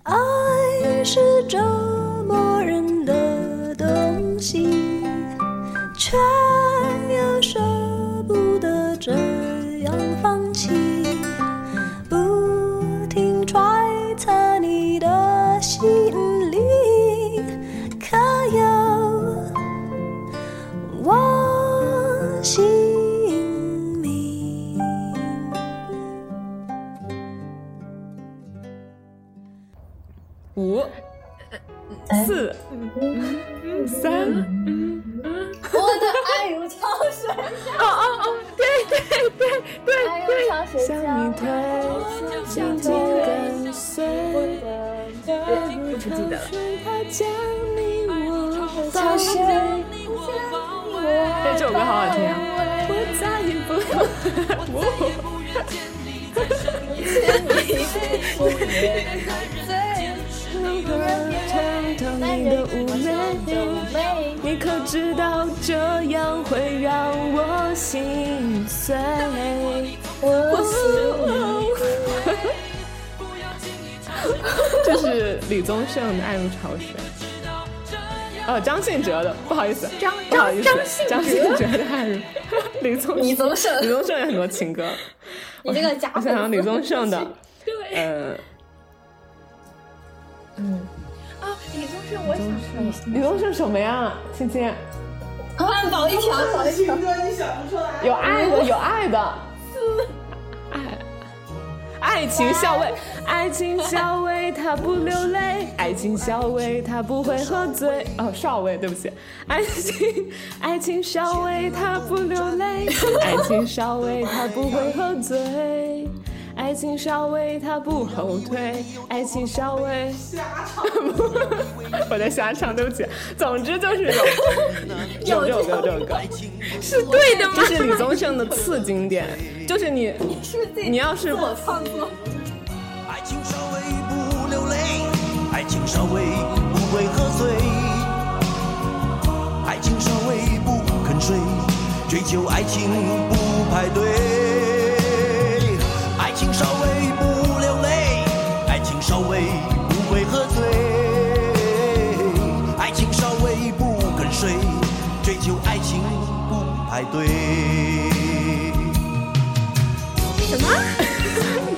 爱是折磨人的东西，却又舍不得这样放弃，不停揣测你的心里，可有我姓名？五、呃四、三，我的爱如潮水，哦爱如潮水向你推，紧紧跟随，不记得了。它将你我潮水。这首歌好好听啊！我再也不你可知道这样会让我心碎？ 这是李宗盛的《爱如潮水》，呃，张信哲的，不好意思，张不好意思张张信，哲张信哲的《爱如》， 李宗李宗 盛李宗盛有很多情歌，你这个假我粉想想李丝，宗盛的，呃，嗯啊，李宗盛，我想说，李宗盛什么呀？青青汉堡啊一条，汉堡一条，有爱的，有爱的，爱。爱情校尉， 爱情校尉，他不流泪；爱情校尉，他不会喝醉。哦，少尉，对不起，爱情，爱情校尉，他不流 泪；爱情校尉，他不会喝醉；爱情校尉，他不后退；爱情校尉， 我在瞎唱，对不起。总之就是 有有这首歌，有这首歌。是对的这是李宗盛的次经典，就是你，你要是爱情稍微不流泪，爱情稍微不会喝醉，爱情稍微不肯睡，追求爱情不排队。爱情稍微不流泪，爱情稍微不会喝醉，爱情稍微不肯睡，追求爱情不排队。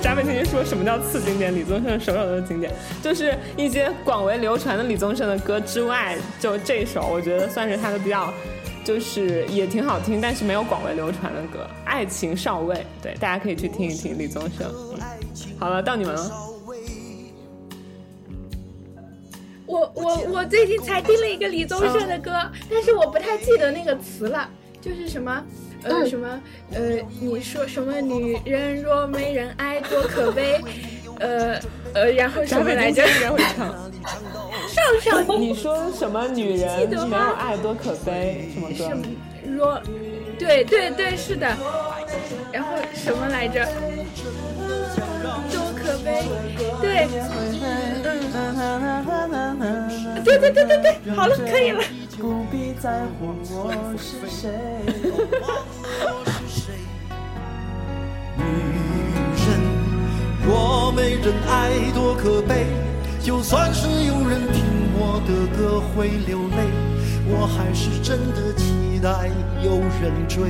扎菲天说什么叫次经典，李宗盛首首都是经典，就是一些广为流传的李宗盛的歌之外，就这首我觉得算是他的比较，就是也挺好听，但是没有广为流传的歌，《爱情少尉》，对，大家可以去听一听李宗盛。嗯好了，到你们了，我我我最近才听了一个李宗盛的歌，哦但是我不太记得那个词了，就是什么。呃，嗯什么？呃，你说什么？女人若没人爱，多可悲。呃呃，然后什扎么菲来天着？应该会唱。上上 你说什么女人记得没吗有爱多可悲？什么歌？若，对对对，是的。然后什么来着？多可悲。对，嗯，对对对对对，好了，可以了。不必在乎我是谁。女人若没人爱多可悲，就算是有人听我的歌会流泪，我还是真的期待有人追，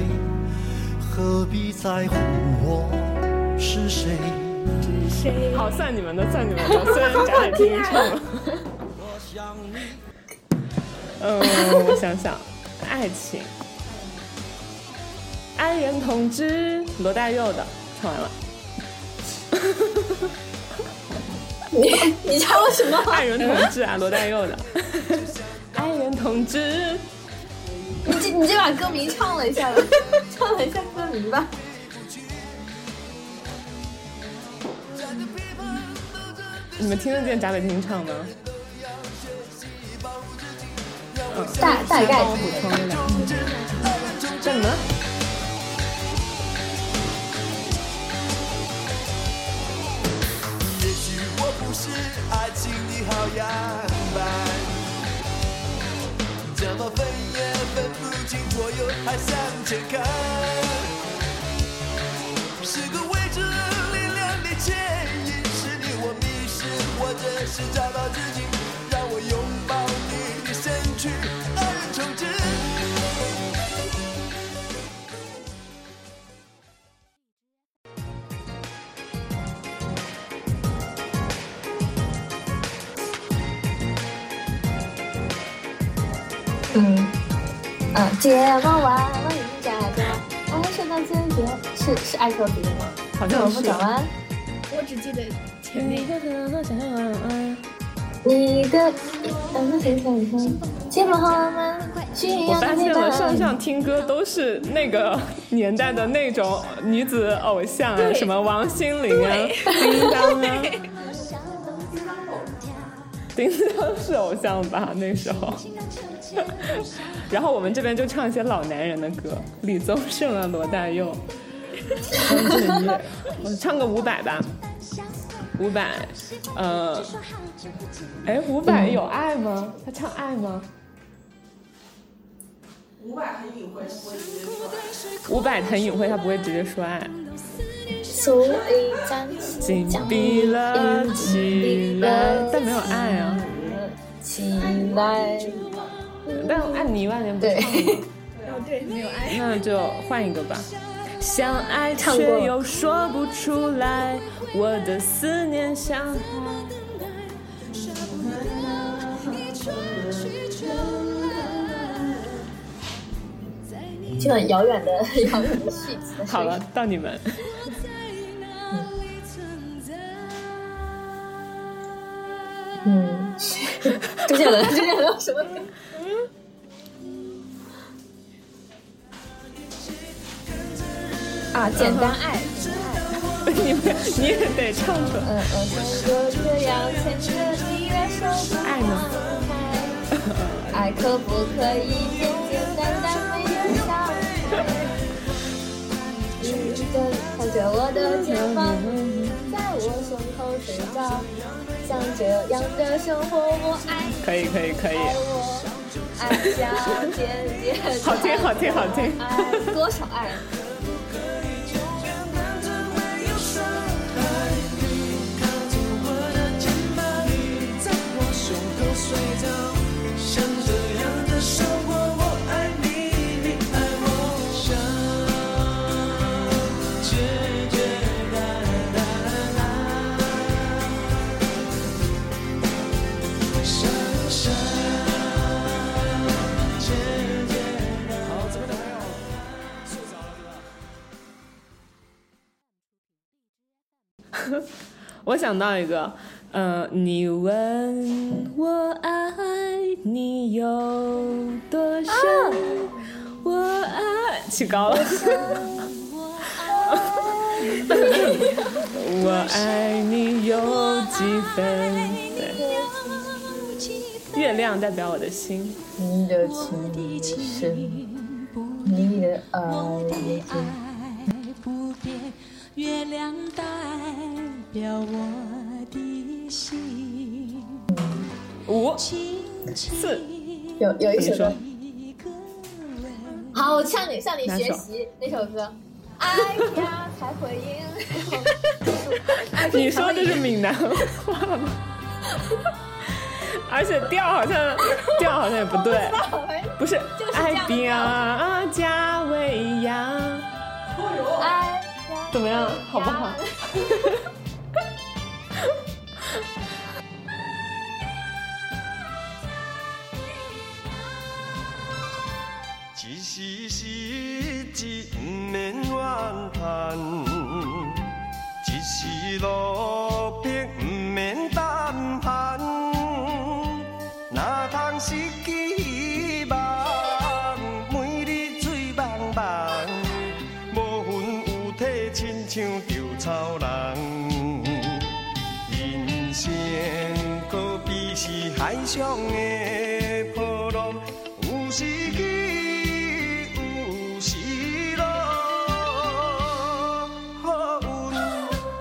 何必在乎我是谁？好，算你们的，算你们的。虽然扎菲天唱了，嗯，我想想，爱情，爱人同志，罗大佑的，唱完了。你你叫我什么？爱人同志啊，罗大佑的。爱人同志，你这你这把歌名唱了一下吧，唱了一下歌名吧。你们听得见贾北京唱吗？大大概帮我补充一两句。什么？也许我不是爱情的好样板，怎么分也分不清左右，还向前看，是个未知力量的牵引，是你我迷失，或者是找到自己，让我拥抱你的身躯，二人重置。嗯，啊，睫毛弯弯一眨着，我伸到嘴边，是是艾克比的吗？好我像不是。啊转弯，我只记得前面你的想象啊，你的嗯，那谁唱的？睫毛弯弯，需我要发你现了上的。上听歌都是那个 年代的那种女子偶像啊，什么王心凌啊、 叮当啊。 叮当是偶像吧？那时候，然后我们这边就唱一些老男人的歌，李宗盛啊、罗大佑、张震岳，我唱个伍佰吧，伍佰，呃，哎，伍佰有爱吗？他唱爱吗？伍佰很隐晦，他不会直接说爱。所以暂时紧将闭你了起来，但没有爱啊。起来。但爱你一万年不对唱，对，没有爱，那就换一个吧。相爱唱过却又说不出来，我的思念像海。这段遥远的遥远的续集的声音好了，到你们。 嗯，周杰伦，周杰伦有什么歌？啊，简单爱，你们你也得唱出来。嗯嗯，像个这样牵着你越手不爱呢？放开，爱可不可以简简单单没有伤害？你的靠着我的肩膀，在我胸口睡着，像这样的生活我爱你。可以可以可以，爱小姐姐，好听好听好听。爱多少爱？我想到一个，呃，你问我爱你有多深，啊我爱起高了，我爱你有几分？对，月亮代表我的心，你的情深，你的爱。月亮代表我的心，五轻四，有有一你首歌说，，一个吻。好，我向你向你哪学首习那首歌。爱呀，才 会赢。哎你说这是闽南话吗？ 而且调好像调好像也不对。不是哎就是这爱样比啊，加维亚，爱怎么样，好不 好？爱是时日不免怨叹，一时落魄不免胆寒，哪通失去希望？每日醉茫茫，无魂有体，亲像稻草人。人生可比是海上的波浪，有时起，有时落。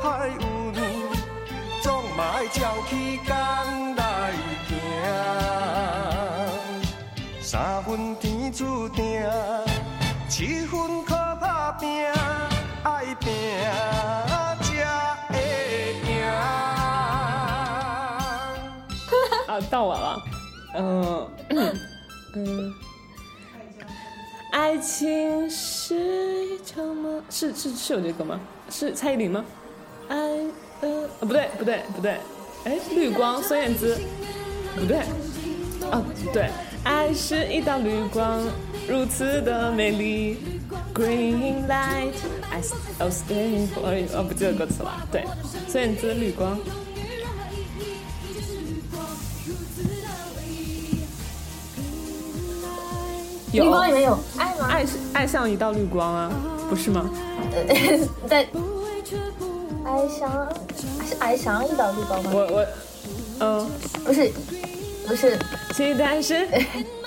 好运歹运，总嘛要照起工来行。三分天注定，七分靠打拼，爱拼才 e 会赢。啊，到我了。嗯嗯，爱情是一场梦，是是是有这歌吗？是蔡依林吗？爱呃、啊不对不对不对，哎，绿光孙燕姿，不对，啊对，爱是一道绿光，如此的美丽。Green light, I s I was standing for you。哦，不记得歌词了。对，孙燕姿《绿光》。有绿光里面有爱吗？爱是爱像一道绿光啊，不是吗？ 在哀伤是哀伤一道绿光吗？我我，嗯，不是，不是，期待是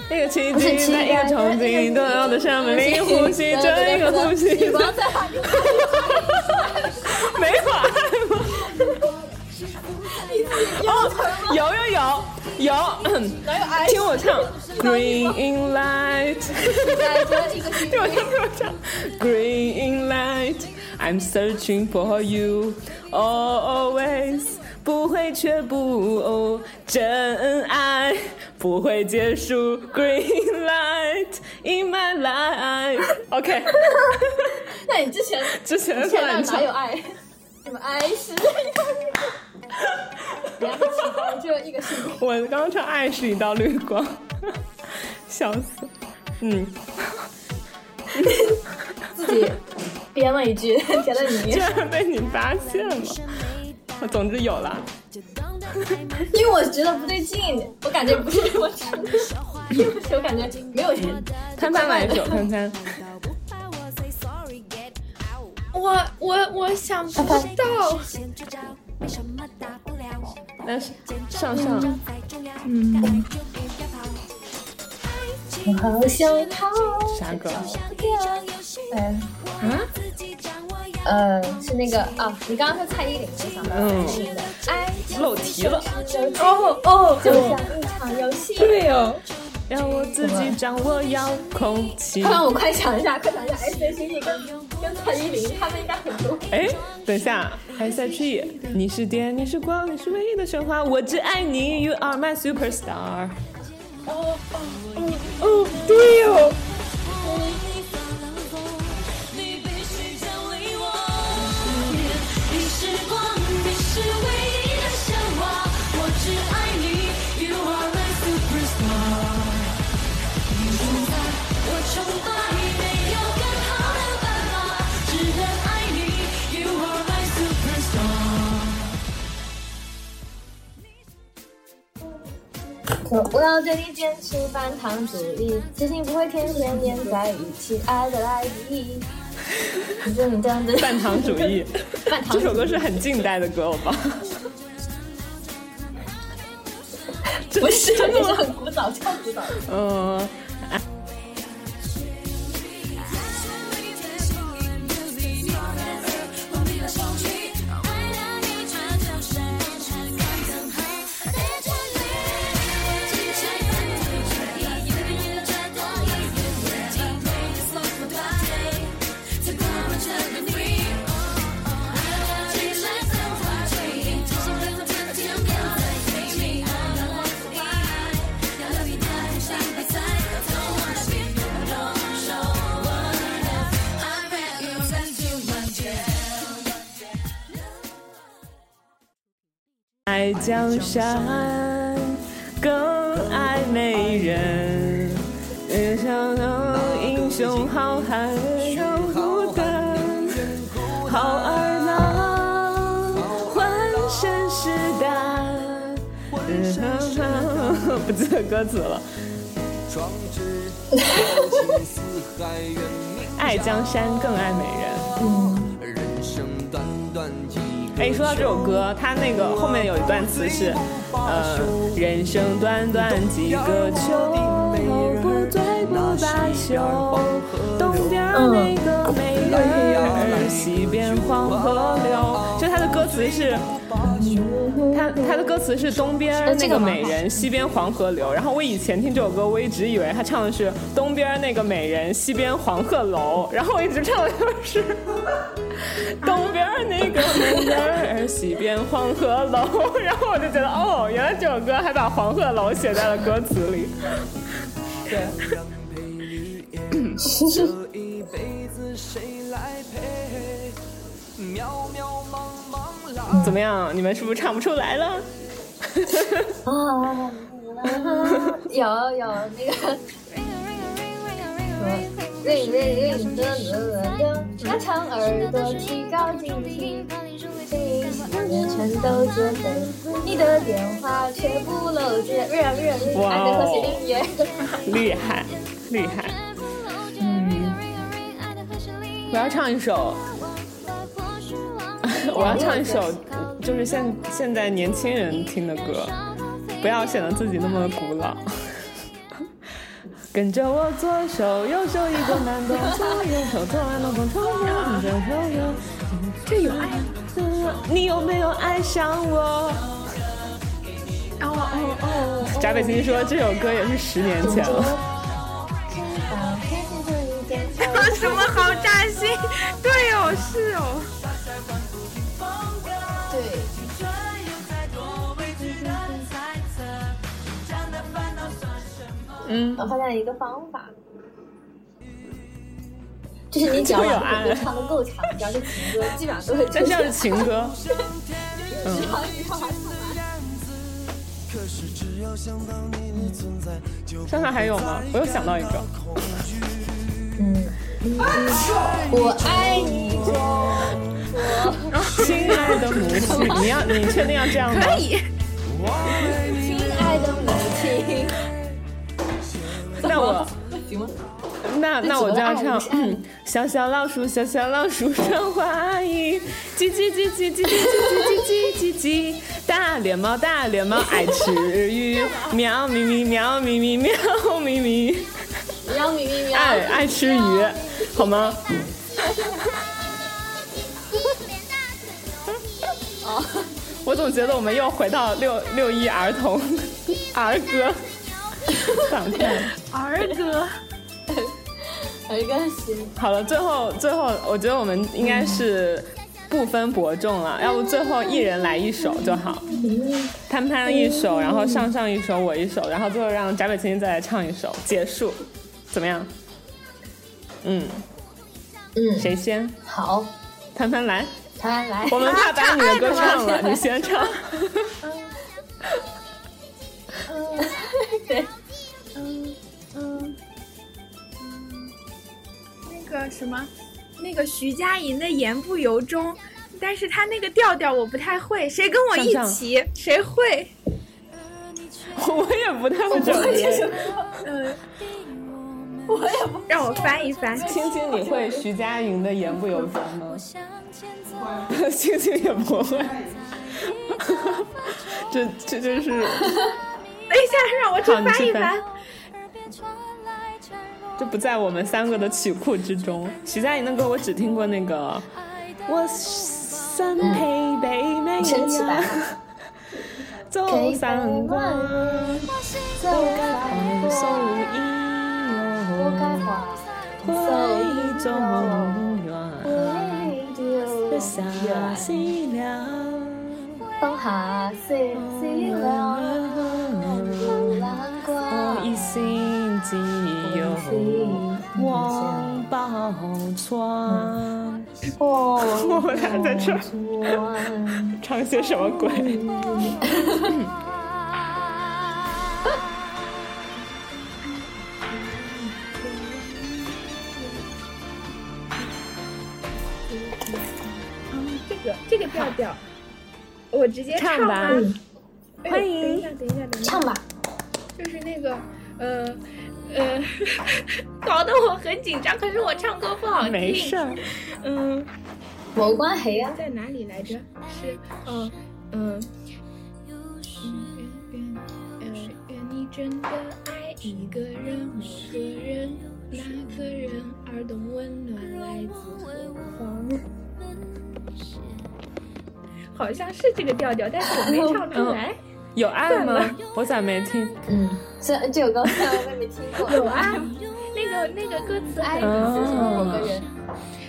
一个奇不是迹，期在一待个场景，动摇的上面，一呼吸，这一个呼吸，绿光在 哪里？没有爱吗？哦，有有有有，听我唱 Green Light，听我唱，听我唱 Green Light，I'm searching for you always。不会却步、哦，真爱不会结束。Green light in my life。OK，那你之前之前的前乱面唱哪有。爱？什么爱是 一道绿光？两个奇光，只有一个幸福。我刚刚唱《爱是一道绿光》， 笑死。嗯，自己编了一句， 填了你居，然被你发现了。总之有了，因为我觉得不对劲，我感觉不是我唱的，对不起，我感觉没有人。潘潘来一首，潘潘。我我我想不到，嗯那是上上，我好想逃啥歌？哎，呃，是那个啊，你刚刚说蔡依林，我想到了蔡依林的《爱漏题了。哦哦，就像一场游戏。对哦，让我自己掌握遥控器快。让我快想一下，快想一下，S H E 跟跟蔡依林他们应该很多。哎，等一下，S H E，你是电，你是光，你是唯一的神话，我只爱你，You are my superstar。哦哦哦哦，对哦。你必须奖励我。你是光，你是唯一的神话，我只爱你，You are my superstar。你存在，我崇拜，没有更好的办法，只能爱你，You are my superstar。说我要对你坚持半糖主义，痴心不会天天黏在一起，爱的来意。真的真半糖主义，半糖这主首义歌是很近代的歌，好吧？不是，真的很古早，超古早。 嗯，爱江山哎更爱美人，人生英雄不记得歌词了。壮志豪情四海远名爱江山更爱美人。人生短短一个哎，说到这首歌，它那个后面有一段词是，呃， 人生短短几个秋，不醉不罢休。东边那个美人，西边黄河流。就它的歌词是，它它的歌词是东边那个美人，西边黄河流。然后我以前听这首歌，我一直以为他唱的是东边那个美人，西边黄鹤楼。然后我一直唱的就是。东边儿那个美人儿，西边黄鹤楼。 然后我就觉得，哦，原来这首歌还把黄鹤楼写在了歌词里。让陪你夜这一辈子谁来陪？渺渺茫茫来。怎么样，你们是不是唱不出来了？啊，有有那个 ring ring ring 的的的，拉长耳朵，提高警惕。全都作废，你的电话却不漏接。瑞尔瑞尔瑞尔，安德和谐电影厉害，厉害！我要唱一首，我要唱一首，就是现现在年轻人听的歌，不要显得自己那么古老。 跟着我左手右手一个慢动作，右手做完了滚床右手右右，这有爱吗？你有没有爱上我？哦哦哦，翟北京说这首歌也是十年前了。有什么好扎心？对哦，是哦，对，嗯，我发现了一个方法，就是你只要把这首歌唱的够长，只要是情歌，基本上都会出但这现样。是情歌。只要你唱完唱完。可是只要想到你的存在，就上上还有吗？我又想到一个，恐惧。我爱你，亲爱的母亲，你要你确定要这样吗？可以。亲爱的母亲。那我，那那我就要唱这怎么爱嗯 小小老鼠，小小老鼠穿花衣，叽叽叽叽叽叽叽叽叽叽叽叽，大脸猫大脸猫爱吃鱼，喵咪咪喵咪咪喵咪咪，喵咪咪啊喵，爱爱吃鱼，好吗？我总觉得我们又回到六六一儿童 儿 歌板块。儿歌。没关系，好了，最后最后，我觉得我们应该是不分伯仲了，要不最后一人来一首就好。潘潘一首，然后上上一首，我一首，然后最后让翟北青再来唱一首，结束，怎么样？嗯，嗯，谁先？好，潘潘来，乔安来，我们怕把你的歌唱了，你先唱。对，嗯嗯，那个什么，那个徐佳莹的《言不由衷》，但是她那个调调我不太会，谁跟我一上上起？谁会？我也不太会这首歌，嗯，让我翻一翻。青青你会徐佳莹的《言不由衷》 吗？星星也不会。这这真是，等一下，让我去好你翻去一翻翻。这不在我们三个的曲库之中。徐佳莹的歌我只听过那个《我三陪北美撑起来呀》，走三关，走开，手走一开哟，花，回中原，丢相思了。放下碎碎了，难我过。一心只有望宝钏。我们俩在这儿唱些什么鬼？嗯，这个这个调调，我直接唱吧吗？嗯欢迎下，哎等一下，等一下唱，吧，就是那个，呃，呃， 搞得我很紧张。可是我唱歌不好听。没事。儿，嗯，没关系呀、在哪里来着？是，嗯嗯。嗯愿愿呃愿你真的爱一个人，某个人，那个人，而懂温暖来自何方？好像是这个调调，但是我没唱出来。有爱吗？我咋没听？嗯，这这首歌虽然我也没听过，有啊，那个那个歌词爱哎你是某个人，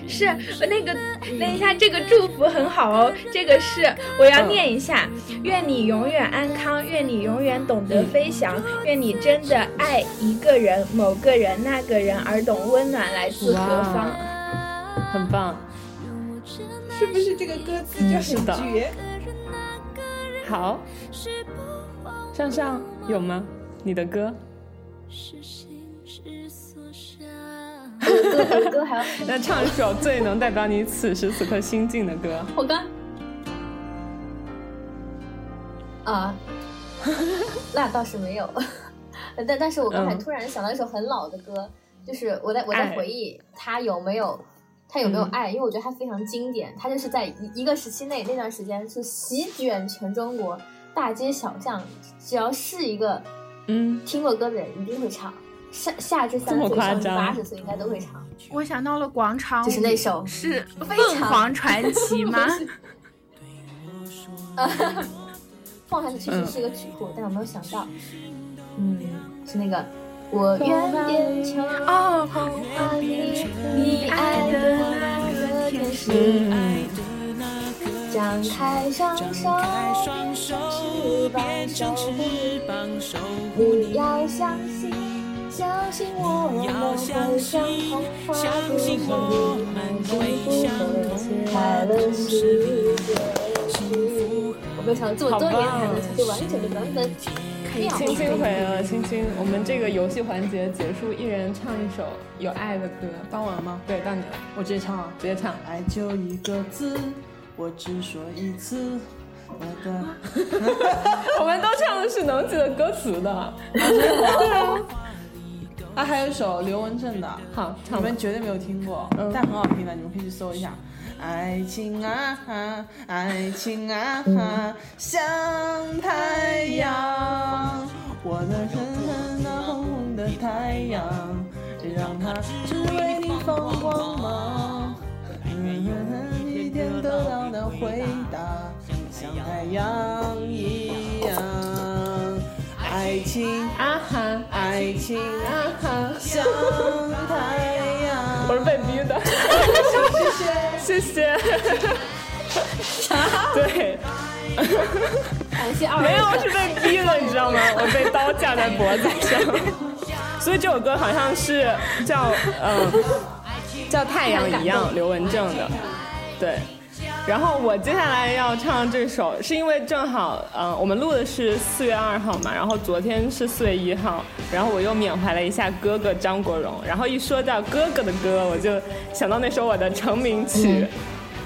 是呃那个，等一下，这个祝福很好哦。这个是我要嗯念一下：愿你永远安康，愿你永远懂得飞翔，嗯愿你真的爱一个人、某个人、那个人，而懂温暖来自何方。哦很棒，是不是这个歌词就嗯是的很绝？好。上上有吗？你的歌？我的歌我的歌还要，那唱一首最能代表你此时此刻心境的歌。我刚 啊，那倒是没有，但但是我刚才嗯突然想到一首很老的歌，就是我在我在爱嗯回忆他有没有。他有没有爱？因为我觉得他非常经典，他就是在一一个时期内那段时间是席卷全中国大街小巷，只要是一个嗯，听过歌的人一定会唱，上下至三这么岁，夸上至张八十岁应该都会唱，我想到了广场就是那首。嗯是凤凰传奇吗？凤凰传奇确嗯实是一个曲库，但我没有想到，嗯，是那个我愿变成哦，你爱的那个天使，嗯，张开双手，翅膀守护，你要相信，相信我们会相同，相信我们会相同，快乐世界。我非常做多年才能做出完整的版本，可以青青回了，青青，我们这个游戏环节结束，一人唱一首有爱的歌。帮我吗？对，到你了，我直接唱啊！直接唱。爱就一个字，我只说一次，我的。我们都唱的是能记得歌词的。 啊，还有一首刘文正的，好，你唱吧们。绝对没有听过，嗯但很好听的，你们可以去搜一下。爱情啊哈，爱情啊哈，像太阳，我的人啊红红的太阳，让它只为你放光芒。嗯，一天得到的回答，像太阳一样。爱情，啊哈爱情啊。啊哈，像太我是阳，被逼的。 谢谢。对，感谢二没有，位我是被逼的，你知道吗？我被刀架在脖子上。所以这首歌好像是叫呃叫《太阳一样》，刘文正的。对。然后我接下来要唱这首，是因为正好，呃，我们录的是四月二号嘛，然后昨天是四月一号，然后我又缅怀了一下哥哥张国荣，然后一说到哥哥的歌，我就想到那首我的成名曲，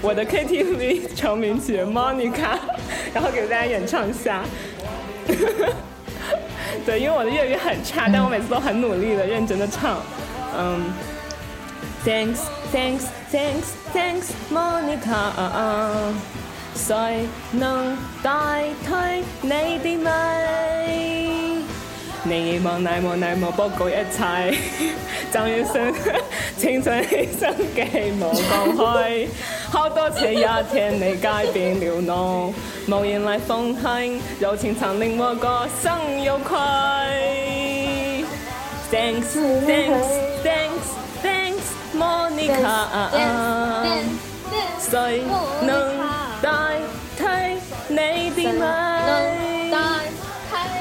我的 KTV 成名曲《Monica》，然后给大家演唱一下。 对，因为我的粤语很差，但我每次都很努力的、认真的唱，嗯。Thanks, thanks, thanks, thanks, Monica. 啊誰能代替你的美？你望乃望乃望，不顧一切，就要信青春犧牲既無降虛。好多謝一天你改變了我，無言來奉獻，友情曾令我個生有愧。Thanks, thanks, thanks, thanks, Monica. 嗯誰能代替你的美？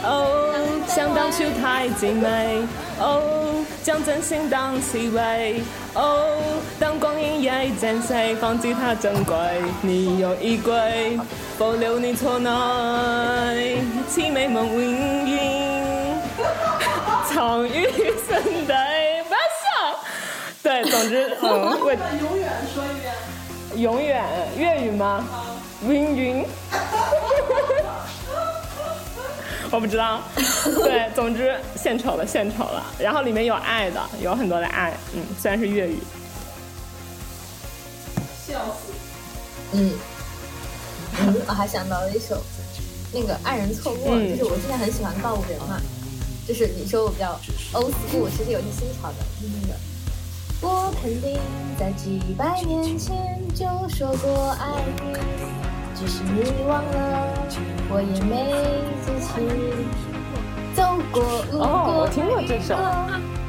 哦，想當初太自媚，哦，將真心當刺蝟，哦，當光陰已漸逝，方知它珍貴。你若已歸，步了你錯內，痴美夢永遠藏於 心底。不要笑。對，總之，嗯，我永远说一遍。永远粤语吗？云云。 我不知道。 对，总之献丑了，献丑了。然后里面有爱的，有很多的爱，嗯，虽然是粤语。嗯，嗯我还想到了一首那个《爱人错过》，嗯就是我之前很喜欢告五人嘛，就是你说我比较 old school，其实有些新潮的，就是那个。我肯定在几百年前就说过爱你，只是你忘了，我也没记起。走过路过，哦我听过这首遇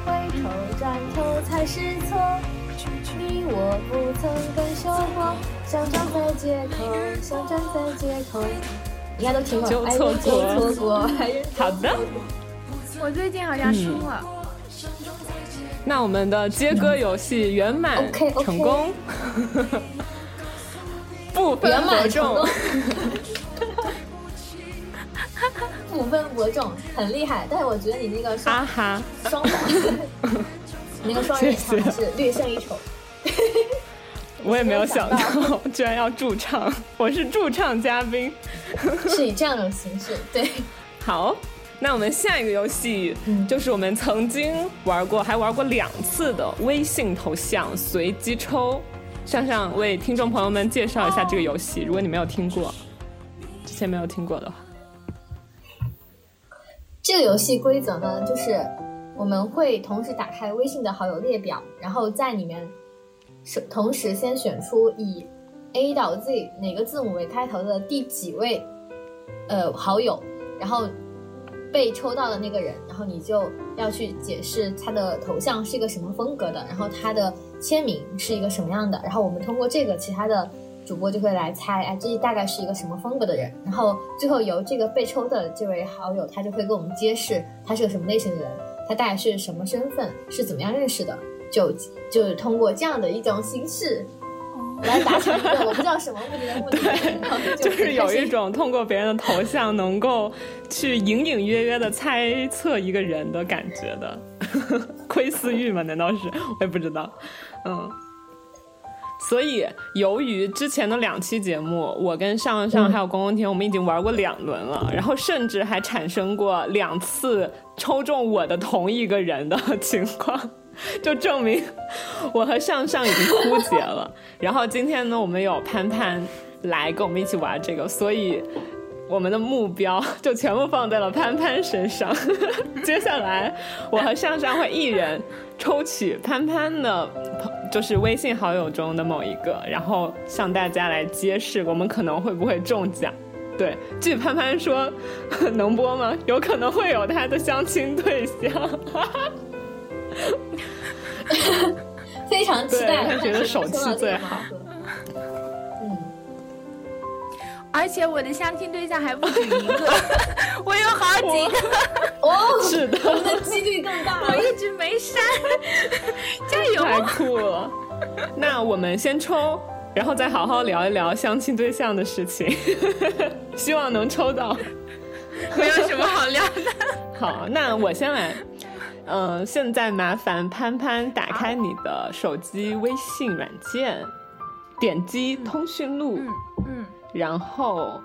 回头转头才是错，你我不曾跟说过，相撞在街头，相撞在街头。应该都听过，就哎错过就错过，还是好的， 我最近好像听了，那我们的接歌游戏圆满 OK，OK 成功， 不分圆伯满成仲功。。不分伯仲，很厉害。但是我觉得你那个 双、哈啊哈，双打，你那个双人演唱还是略胜一筹。我也没有想没有到 居然要驻唱，我是驻唱嘉宾。是以这样一种形式，对，好，那我们下一个游戏、嗯就是我们曾经玩过，还玩过两次的微信头像随机抽。上上为听众朋友们介绍一下这个游戏，如果你没有听过，之前没有听过的话，这个游戏规则呢，就是我们会同时打开微信的好友列表，然后在里面是同时先选出以 A 到 Z 哪个字母为开头的第几位呃好友，然后被抽到的那个人，然后你就要去解释他的头像是一个什么风格的，然后他的签名是一个什么样的，然后我们通过这个其他的。主播就会来猜，哎，这大概是一个什么风格的人。然后最后由这个被抽的这位好友，他就会给我们揭示他是个什么类型的人，他大概是什么身份，是怎么样认识的，就就是通过这样的一种形式。来达成一个我不知道什么目的的 目的，然后就很开是有一心种通过别人的头像能够去隐隐约约的猜测一个人的感觉的， 窥私欲吗？难道是？我也不知道，嗯。所以，由于之前的两期节目，我跟上上还有公公天，我们已经玩过两轮了，然后甚至还产生过两次抽中我的同一个人的 情况，就证明我和上上已经枯竭了。然后今天呢，我们有潘潘来跟我们一起玩这个，所以我们的目标 就全部放在了潘潘身上。 接下来，我和上上会一人抽取潘潘的朋，就是微信好友中的某一个，然后向大家来揭示我们可能会不会中奖。对，据潘潘说，能播吗？有可能会有他的相亲对象。非常期待。对他觉得手气最好。嗯，而且我的相亲对象还不止一个， 我有好几个，哦，是的，我们的几率更 大。我一直没删。 加太油！酷了！那我们先抽，然后再好好聊一聊相亲对象的事情， 希望能抽到。没有什么好聊的。好，那我先来。嗯、现在麻烦潘潘打开你的手机微信软件，点击通讯录，嗯，然后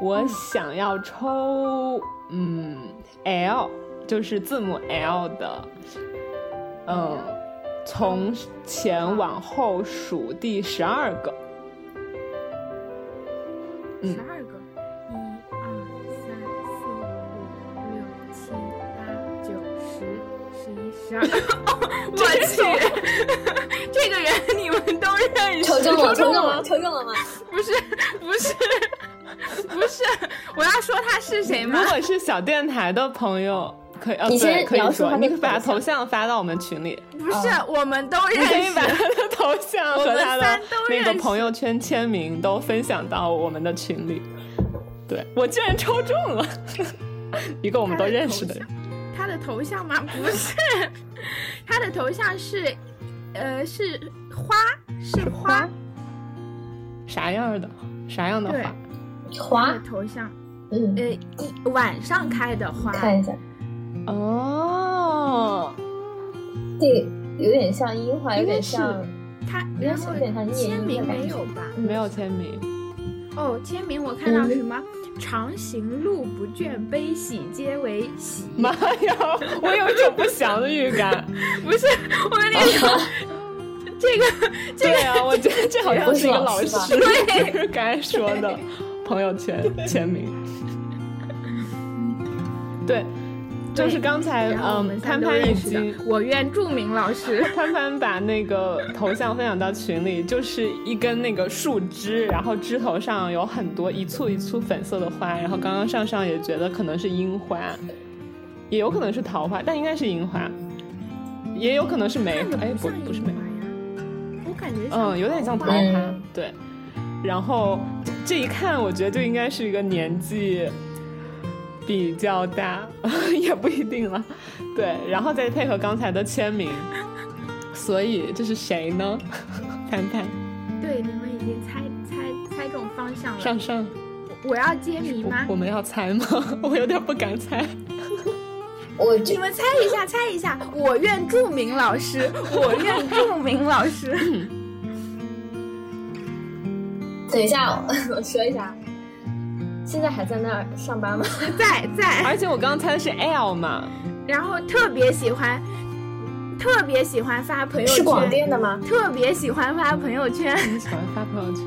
我嗯想要抽嗯 L，就是字母 L 的，嗯，从前往后数第十二个。嗯十二个，一二三四五六七八九十十一十 二。我去，这个人你们都认识？抽中了，抽中抽中了了，抽中了吗？不是不是不是，我要说他是谁如吗？果是小电台的朋友，可以呃，哎你对，先可以描述说，他的你可以把头像头像发到我们群里，不是，我们都哦你可认以把识。他的头像和他我们的三都那认识个朋友圈签名都分享到我们的群里。对我居然抽中了 一个我们都认识的人，他的头像吗？不是，他的头像是，呃，是花，是花，啥样的？啥样的对话？他滑的，头像，嗯呃，，一晚上开的花，看一下，哦，这个有点像樱花，有应该点是像，他应该然是后有点像夜签莺的名感没觉有吧？没有签名，哦，签名我看到什么？长行路不倦，悲喜皆为喜。妈呀，我有一种不祥的预感。 不是，我跟你说， 这 个 对啊，我觉得这好像是一个老师不是 就是刚才说的朋友圈签名。对，就是刚才然后我们嗯，潘三都潘已认识经的，我愿著名老 师。潘潘把那个头像分享到群里，就是一根那个树枝，然后枝头上有很多一簇一簇粉色的花，然后刚刚上上也觉得可能是樱花，也有可能是桃花，但应该是樱花，也有可能是梅看着，哎不像不是樱梅花，呀，我感觉像嗯，有点像桃花，嗯对。然后这这一看，我觉得就应该是一个年纪比较大， 也不一定了，对。然后再配合刚才的签名，所以这是谁呢？谈谈对，你们已经猜猜猜中方向了。上上，我要揭谜我吗我？们要猜吗？ 我有点不敢猜。我你们猜一下，猜一下。我愿著名老师，我愿著名老 师。等一下， 我说一下。现在还在那儿上班吗？在在，而且我刚刚猜的是 L 嘛，然后特别喜欢，特别喜欢发朋友圈。是广电的吗？特别喜欢发朋友圈，你喜欢发朋友圈。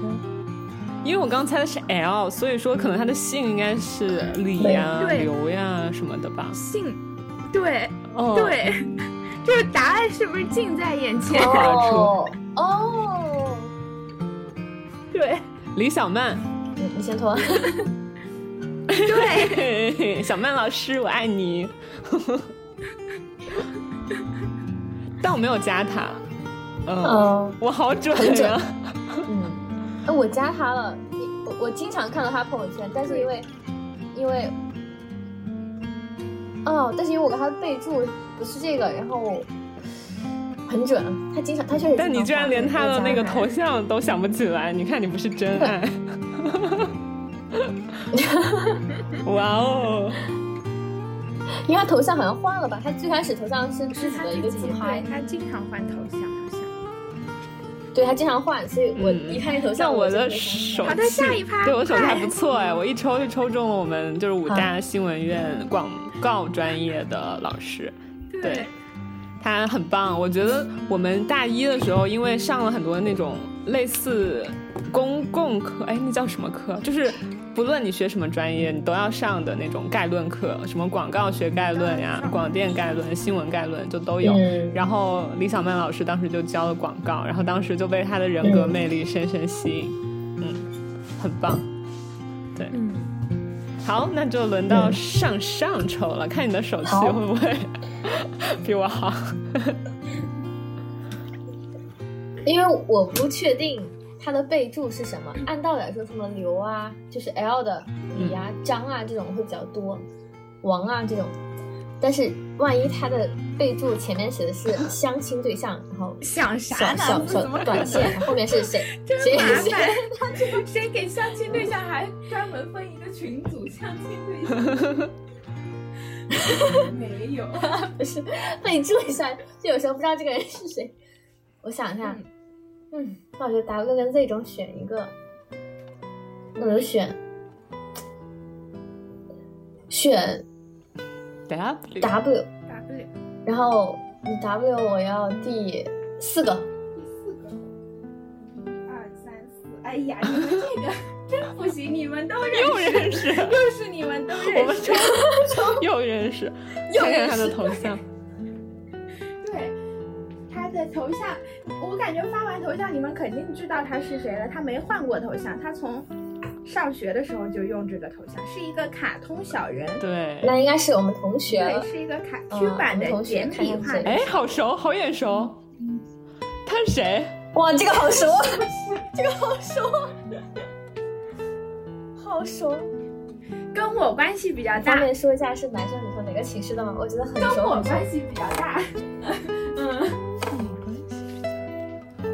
因为我刚猜的是 L，所以说可能他的姓应该是李呀、对刘呀什么的吧。信，对、哦，对， 这个答案是不是近在眼前？ 划出哦哦，对李小曼，你嗯你先脱。对，嘿嘿嘿小曼老师，我爱你。但我没有加他，嗯，嗯我好准很准呀、嗯，哎，我加他了，你我我经常看到他朋友圈，但是因为因为哦，但是因为我给他备注不是这个，然后我很准，他经常他确实经常发。但你居然连他的那个头我加哎像都想不起来，你看你不是真爱。哇哦，他，因为他头像好像换了吧？他最开始头像是自己他的一自个己自拍对，嗯他经常换头像，好像。对他经常换，所以我嗯一看这头像像，我就的会想手好的下一气趴，对我手气还快不错哎，我一抽就抽中了我们就是武大新闻院广告专业的老师。对对，他很棒。我觉得我们大一的时候，因为上了很多那种类似公共课，哎，那叫什么课？就是不论你学什么专业，你都要上的那种概论课，什么广告学概论呀、广电概论、新闻概论就都有。嗯然后李小曼老师当时就教了广告，然后当时就被她的人格嗯魅力深深吸引，嗯，很棒。对，嗯，好，那就轮到上上抽了，看你的手气嗯好会不会 比我好。因为我不确定它的备注是什么。按道理来说，什么刘啊，就是 L 的嗯李啊、张啊这种会比较多，王啊这种。但是万一它的备注前面写 的是相亲对象，然后想小啥小呢？小怎么 短线，后面是谁真谁麻谁？烦？谁给相亲对象还专门分一个群组相亲对象？没有，不是备注一下，就有时候不知道这个人是谁。我想一下，嗯，那我就 W 跟 Z 中选一个，那我就选选 W W，打不了，然后 W 我要第四个，第四个，一 二三四，哎呀，你们这个真不行，你们都哎认又识，认识，又是你们都我认们识，抽又认识，又看看认他识的头像，对。他的头像，我感觉发完头像，你们肯定知道他是谁了。他没换过头像，他从上学的时候就用这个头像，是一个卡通小人，对，那应该是我们同学哎了对，。是一个卡嗯 Q 版我们的同学简笔画看上去的哎，好熟，好眼熟，他是嗯谁？哇，这个好熟，啊 这个好熟，啊好熟。跟我关系比较方大。便说一下是男生女生哪个寝室的吗？我觉得很跟熟我很熟。关系比较 大，嗯，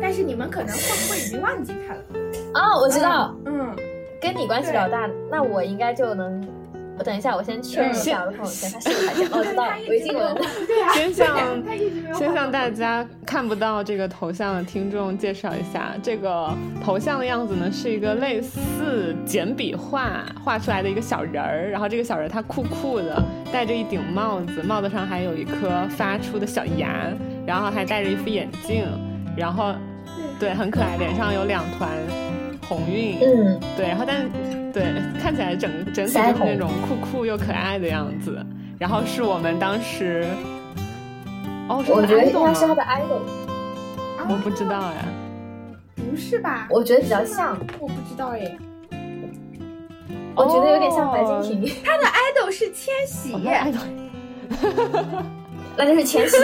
但是你们可能会不会已经忘记他了？啊，我知道，嗯，跟你关系比较大，那我应该就能我等一下，我先嗯确认一下我的朋友圈，他是有发现。哦，知道了，我已经有了。对啊，先向他一直 没有先向换过大家看不到这个头像的听众介绍一下，这个头像的样子呢是一个类似简笔画画出来的一个小人儿，然后这个小人儿他酷酷的，戴着一顶帽子，帽子上还有一颗发出的小牙，然后还戴着一副眼镜，然后对很可爱，脸上有两团红晕，嗯，对，然后但对看起来整整体腮就是红那种酷酷又可爱的样子。然后是我们当时，哦，是我觉得安应总该是他吗？的 idol，我不知道 哎，不是吧？我觉得比较像，我不知道哎。哦我觉得有点像白敬亭， idol 是千玺我，们爱豆那就是 千玺。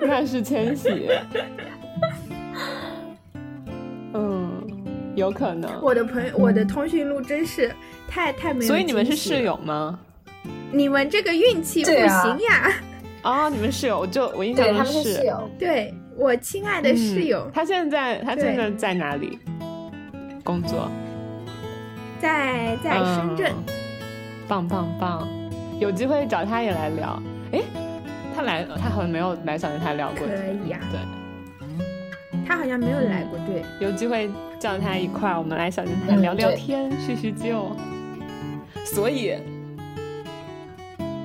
那是千玺， 嗯，有可能。我的朋友，我的通讯录真是太太没有。所以你们是室，友吗？你们这个运气不对啊行呀！ 哦，你们室友，我就我印象对，中他们是室友。对我亲爱的嗯室友，他现在他对现在在哪里工作？在在深圳，嗯棒棒棒！有机会找他也来聊。哎，他来，他好像没有来小电台聊过。可以啊对，嗯他好像没有来过。对，有机会叫他一块儿，我们来小电台嗯聊聊对天，叙叙旧。所以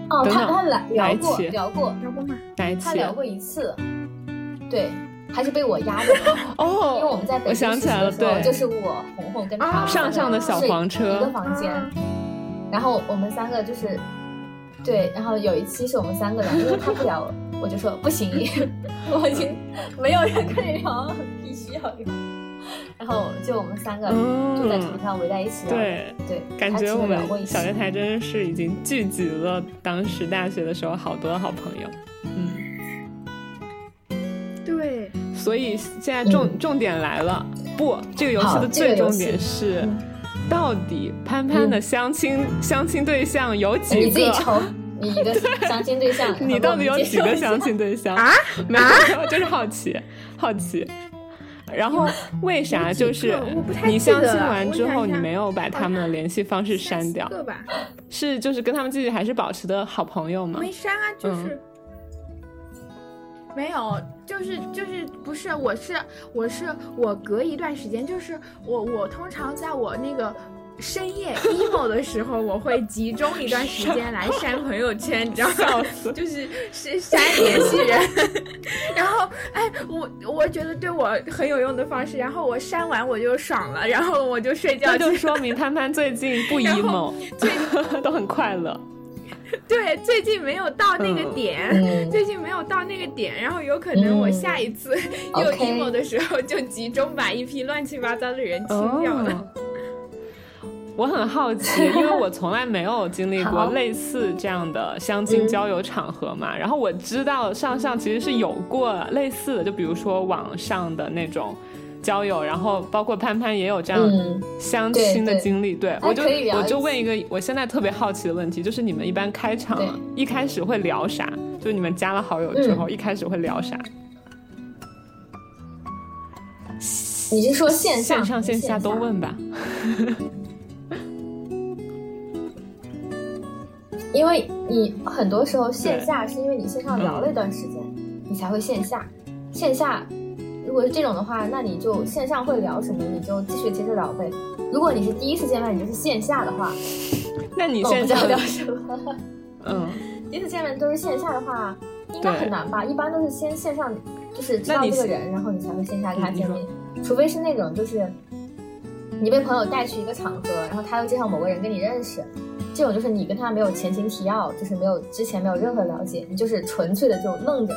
哦，等他等他来聊过白起聊过，聊过吗？哪一他期？啊聊过一次，对，还是被我压的， 因为我哦们在北我京想实起习来了的时候，对就是我红红跟他啊我们上上的小黄车啊是一个房间，然后我们三个就是对，然后有一期是我们三个聊，因为他不 聊，我就说不行， 我已经没有人跟你聊了，必须要聊，然后就我们三个就在床嗯，上围在一起聊，对，对，感他其觉实我聊过一们期小电台真是已经聚集了当时大学的时候好多好朋友。嗯，对，所以现在重、嗯重点来了，不，这个游戏好的这最个重游戏点是。嗯到底潘潘的相亲、相亲对象有几个？你自己抽。你一个相亲对象，你到底有几个相亲？亲对象 啊？没有，就是好奇，好奇。然后为啥就有是几个我不太你记相得亲了完我之想后，一你下没有把他们的联系方式删三掉？个吧，是就是跟他们自己还是保持的好朋友吗？没删啊，嗯就是、没有，就是就是不是，我是我是我隔一段时间，就是我我通常在我那个。深 夜 emo 的时候，我会集中一段时间来删朋友圈，你知道吗笑？死就是是删联系人， 然后哎，我我觉得对我很有用的方式，然后我删完我就爽了，然后我就睡觉这就去说明潘潘最近不 然 emo，后都很快乐。对，最近没有到那个嗯点，嗯最近没有到那个点，然后有可能我嗯下一次又 OK emo 的时候，就集中把一批乱七八糟的人清掉哦了。 我很好 奇，因为我从来没有经历过好嗯类似这样的相亲交友场合嘛。然后我知道上上其实是有过类似的，就比如说网上的那种交友，然后包括潘潘也有这样嗯，相亲的对对经历。对哎我就可以聊我就一问一个我现在特别好奇的问题，就是你们一般开场对一开始会聊啥？就是你们加了好友之嗯后，一开始会聊啥？你是说线线上上线下都问？问吧。因为你很多时候线下是因为你线上聊了一段时间，你才会线下。线下如果是这种的话，那你就线上会聊什么，你就继续接着聊呗。如果你是第一次见面，你就是线下的话，那你那哦我线不知下道的聊什么。嗯，第一次见面都是线下的话，应该对很难吧？一般都是先线上，就是知那道你这个人，然后你才会线下跟他嗯你见说面，除非是那种就是你被朋友带去一个场合，然后他又介绍某个人跟你认识，这种就是你跟他没有前情提要，就是没有之前没有任何了解，你就是纯粹的就愣着，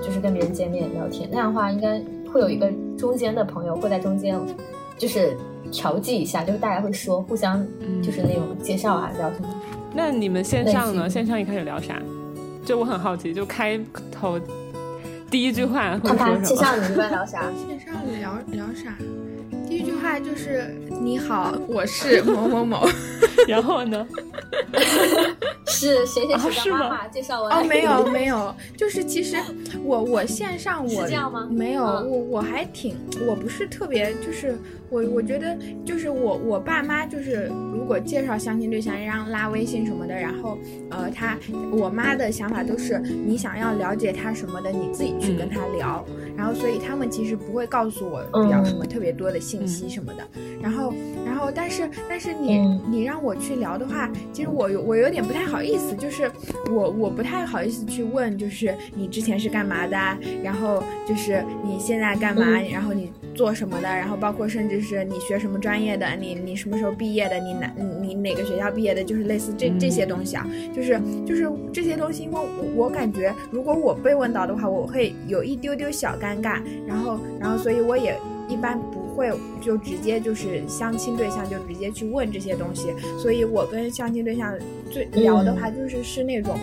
就是跟别人见面聊天，那样的话应该会有一个中间的朋友会在中间，就是调剂一下，就是大家会说互相嗯就是那种介绍啊，聊什么。那你们线上呢？类似线上一开始聊啥？就我很好奇，就开头第一句话会看看说线什 么？上你一般聊啥？线上聊聊啥？第一句话就是“你好，我是某某某然后呢？是谁谁啊是谁的吗妈妈介绍我来哦，没有没有，就是其实我我线上我是这样吗没有，嗯我我还挺，我不是特别，就是我我觉得就是我我爸妈就是如果介绍相亲对象让拉微信什么的，然后呃他我妈的想法都是你想要了解他什么的，你自己去跟他聊，然后所以他们其实不会告诉我嗯聊什么特别多的信息什么的，然后然后但是但是你、嗯你让我去聊的话，其实我有我有点不太好意思，就是我我不太好意思去问，就是你之前是干嘛的啊，然后就是你现在干嘛，嗯然后你做什么的，然后包括甚至是你学什么专业的，你你什么时候毕业的，你哪你你哪个学校毕业的，就是类似这嗯这些东西啊，就是就是这些东西，因为我我感觉如果我被问到的话，我会有一丢丢小尴尬，然后然后所以我也一般不会就直接就是相亲对象就直接去问这些东西，所以我跟相亲对象最聊的话就是是那种。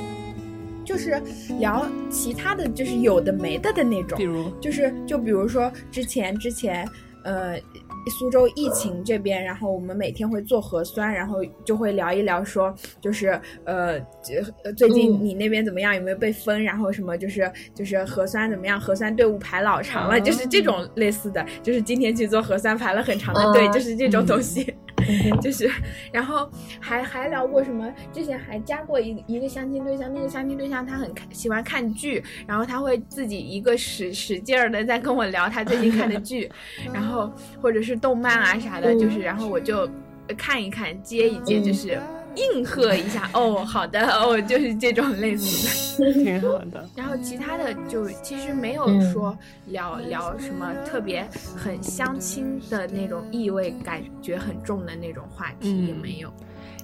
就是聊其他的就是有的没的的那种比，如就是就比如说之前之前，呃，苏州疫情这边，然后我们每天会做核酸，然后就会聊一聊说，就是呃，这呃最近嗯你那边怎么样？有没有被封？然后什么就是就是核酸怎么样？核酸队伍排老长了，就是这种类似的，就是今天去做核酸排了很长的队，啊嗯就是这种东西。 就是，然后还还聊过什么？之前还加过一一个相亲对象，那个相亲对象他很看喜欢看剧，然后他会自己一个使使劲儿的在跟我聊他最近看的剧，然后或者是动漫啊啥的，就是然后我就看一看接一接，就是应和一下。哦，好的，哦，就是这种类似的。挺好的，然后其他的就其实没有嗯说聊、聊什么特别很相亲的那种意味，感觉很重的那种话题也嗯没有。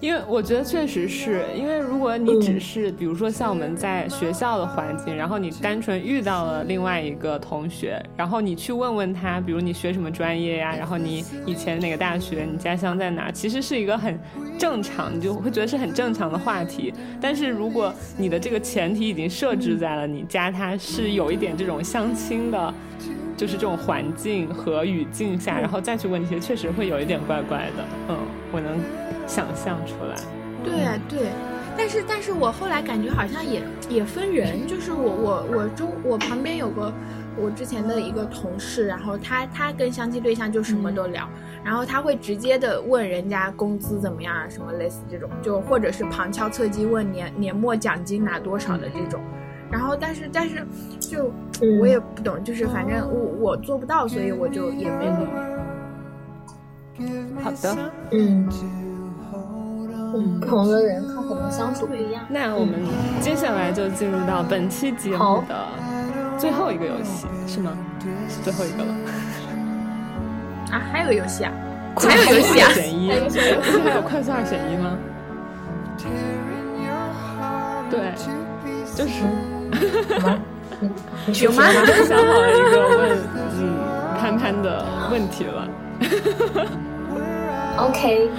因为我觉得确实是因为如果你嗯只是比如说像我们在学校的环境，然后你单纯遇到了另外一个同学，然后你去问问他，比如你学什么专业呀、然后你以前哪个大学，你家乡在哪，其实是一个很正常，你就会觉得是很正常的话题。但是如果你的这个前提已经设置在了你加他是有一点这种相亲的。就是这种环境和语境下，然后再去问这些，确实会有一点怪怪的。嗯，我能想象出来。对啊，对。但是，但是我后来感觉好像也也分人，就是我我我周我旁边有个我之前的一个同事，然后他他跟相亲对象就什么都聊，然后他会直接的问人家工资怎么样啊，什么类似这种，就或者是旁敲侧击问年年末奖金拿多少的这种。然后，但是但是就嗯我也不懂，就是反正我我做不到，所以我就也没嗯有。好的，嗯，嗯不同的人看怎么相处不一样。那我们接下来就进入到本期节目好的最后一个游戏，是吗？是最后一个了。啊，还有游戏啊，还有游戏啊快速二，选一，还有快速二选一啊吗？对，就是有吗？ 我们想好了一个问嗯潘潘的问题了。 OK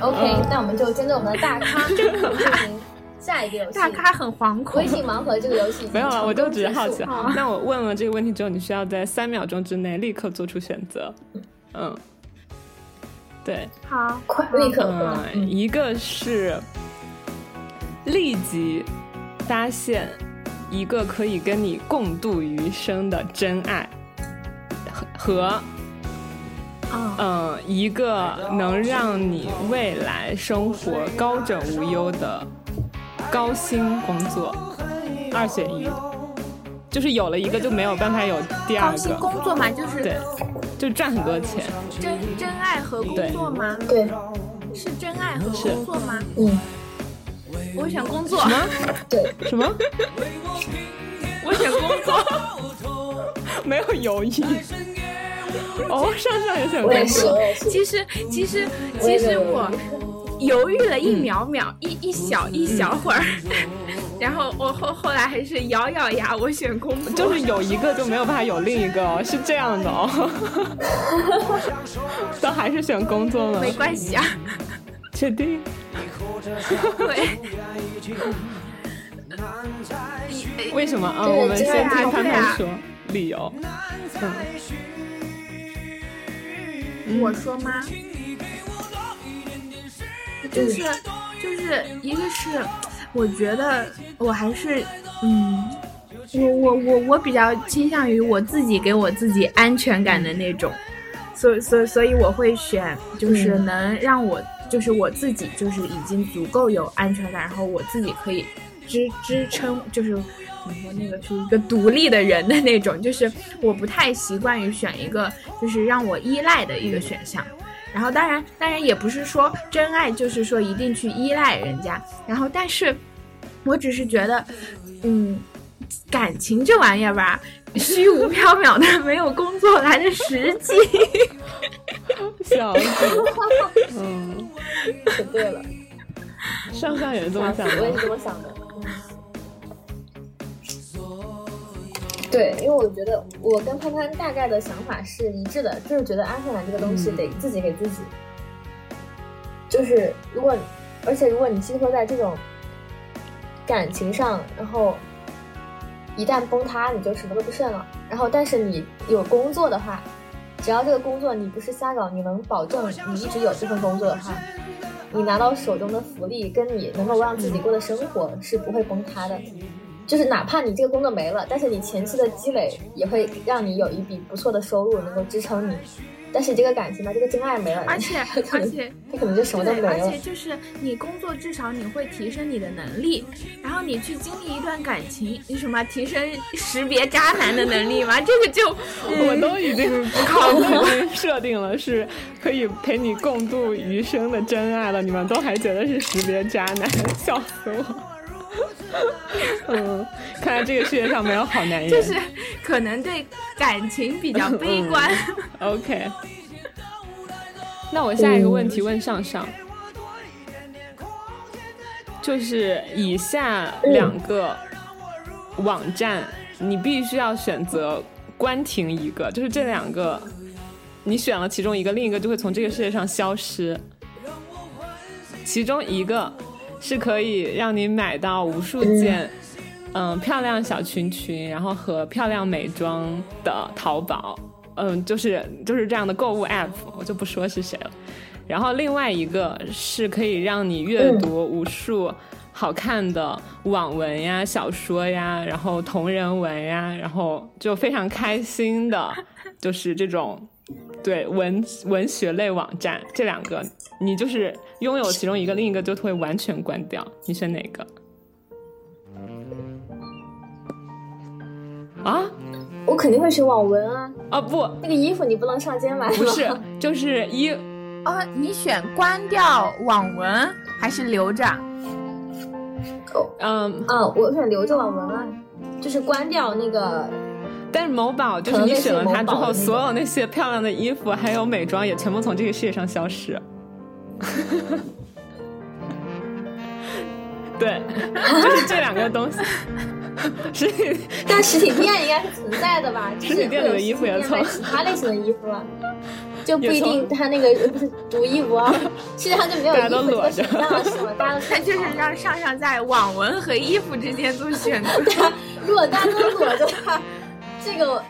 OK，、嗯那我们就针对我们的大 咖进行下一个游戏。大咖啊很惶恐微。信盲盒这个游戏已经没有了，我就成功只是好结奇束。那我问了这个问题之后，你需要在三秒钟之内立刻做出选择。嗯，对，好，快 立刻回答。嗯，一个是立即发现一个可以跟你共度余生的真爱，和嗯，嗯一个能让你未来生活高枕无忧的高薪工作，二选一。就是有了一个就没有办法有第二高薪个，工作嘛，就是对，就赚很多钱，真真爱和工作吗？对，是真爱和工作吗？嗯，我选工作，对， 什么？我选工作。 没有犹豫。哦，上上也选我也工是，作我，也是。 其实，其实，我也其是实我犹豫了一秒秒，嗯一一小一小会儿， 然后我后后来还是咬咬牙，我选工作。就是有一个就没有办法有另一个哦，是这样的哦。 都还是选工作吗？没关系啊，确定？对，为什么啊？对我们这先个听对啊潘对啊潘说理由。嗯我说吗？就是，就是一个是，我觉得我还是，嗯，我我我我比较倾向于我自己给我自己安全感的那种，所以所以所以我会选，就是嗯能让我、就是我自己就是已经足够有安全感，然后我自己可以支支撑，就是怎么说那个是一个独立的人的那种，就是我不太习惯于选一个就是让我依赖的一个选项。然后当然，当然也不是说真爱就是说一定去依赖人家。然后，但是我只是觉得，嗯，感情这玩意儿吧，虚无缥缈的，没有工作来的实 际。笑死，嗯，可对了，上上也是这么啊想我也的是。这么想的。嗯对，因为我觉得我跟潘潘大概的想法是一致的，就是觉得安全感这个东西嗯得自己给自己。就是如果，而且如果你寄托在这种感情上，然后一旦崩塌，你就什么都不剩了。然后，但是你有工作的话，只要这个工作你不是瞎搞，你能保证你一直有这份工作的话，你拿到手中的福利跟你能够让自己过的生活是不会崩塌的。就是哪怕你这个工作没了，但是你前期的积累也会让你有一笔不错的收入，能够支撑你。但是你这个感情呢，这个真爱没了，而且 它可而能且它可能就什么都没对，而了且。就是你工作，至少你会提升你的能力，然后你去经历一段感情，你什么提升识别渣男的能力吗？这个就我都已经不靠，我都已经设定了是可以陪你共度余生的真爱了，你们都还觉得是识别渣男，笑死我。嗯，看来这个世界上没有好男人。就是可能对感情比较悲 观。 OK。那我下一个问题问上上，就是以下两个网站，你必须要选择关停一个，就是这两个，你选了其中一个，另一个就会从这个世界上消失。其中一个是可以让你买到无数件，嗯、漂亮小裙裙，然后和漂亮美妆的淘宝，嗯，就是就是这样的购物 app，我就不说是谁了。然后另外一个是可以让你阅读无数好看的网文呀、小说呀，然后同人文呀，然后就非常开心的，就是这种对文文学类网站。这两个你就是拥有其中一个，另一个就会完全关掉，你选哪个？啊我肯定会选网文啊，啊不那个衣服你不能上街买吗？ 不 是，就是一哦，你选关掉网文还是留着？嗯，啊，我选留着网文啊，就是关掉那个。但是某宝就是你选了它之后，所有那些漂亮的衣服还有美妆也全部从这个世界上消失。 对，就是这两个东西， 实体但实体店应该是存在的 吧？就是实体店里的衣服也会有凑实体店卖其他类型的衣服啊，就不也一凑定它那个呃不是独一无二，世界上就没有大家衣都服这裸个着选项了，是吗？ 大家都它 就是让上上在网文和衣服之间做选择。 如果大家都裸着的话，这个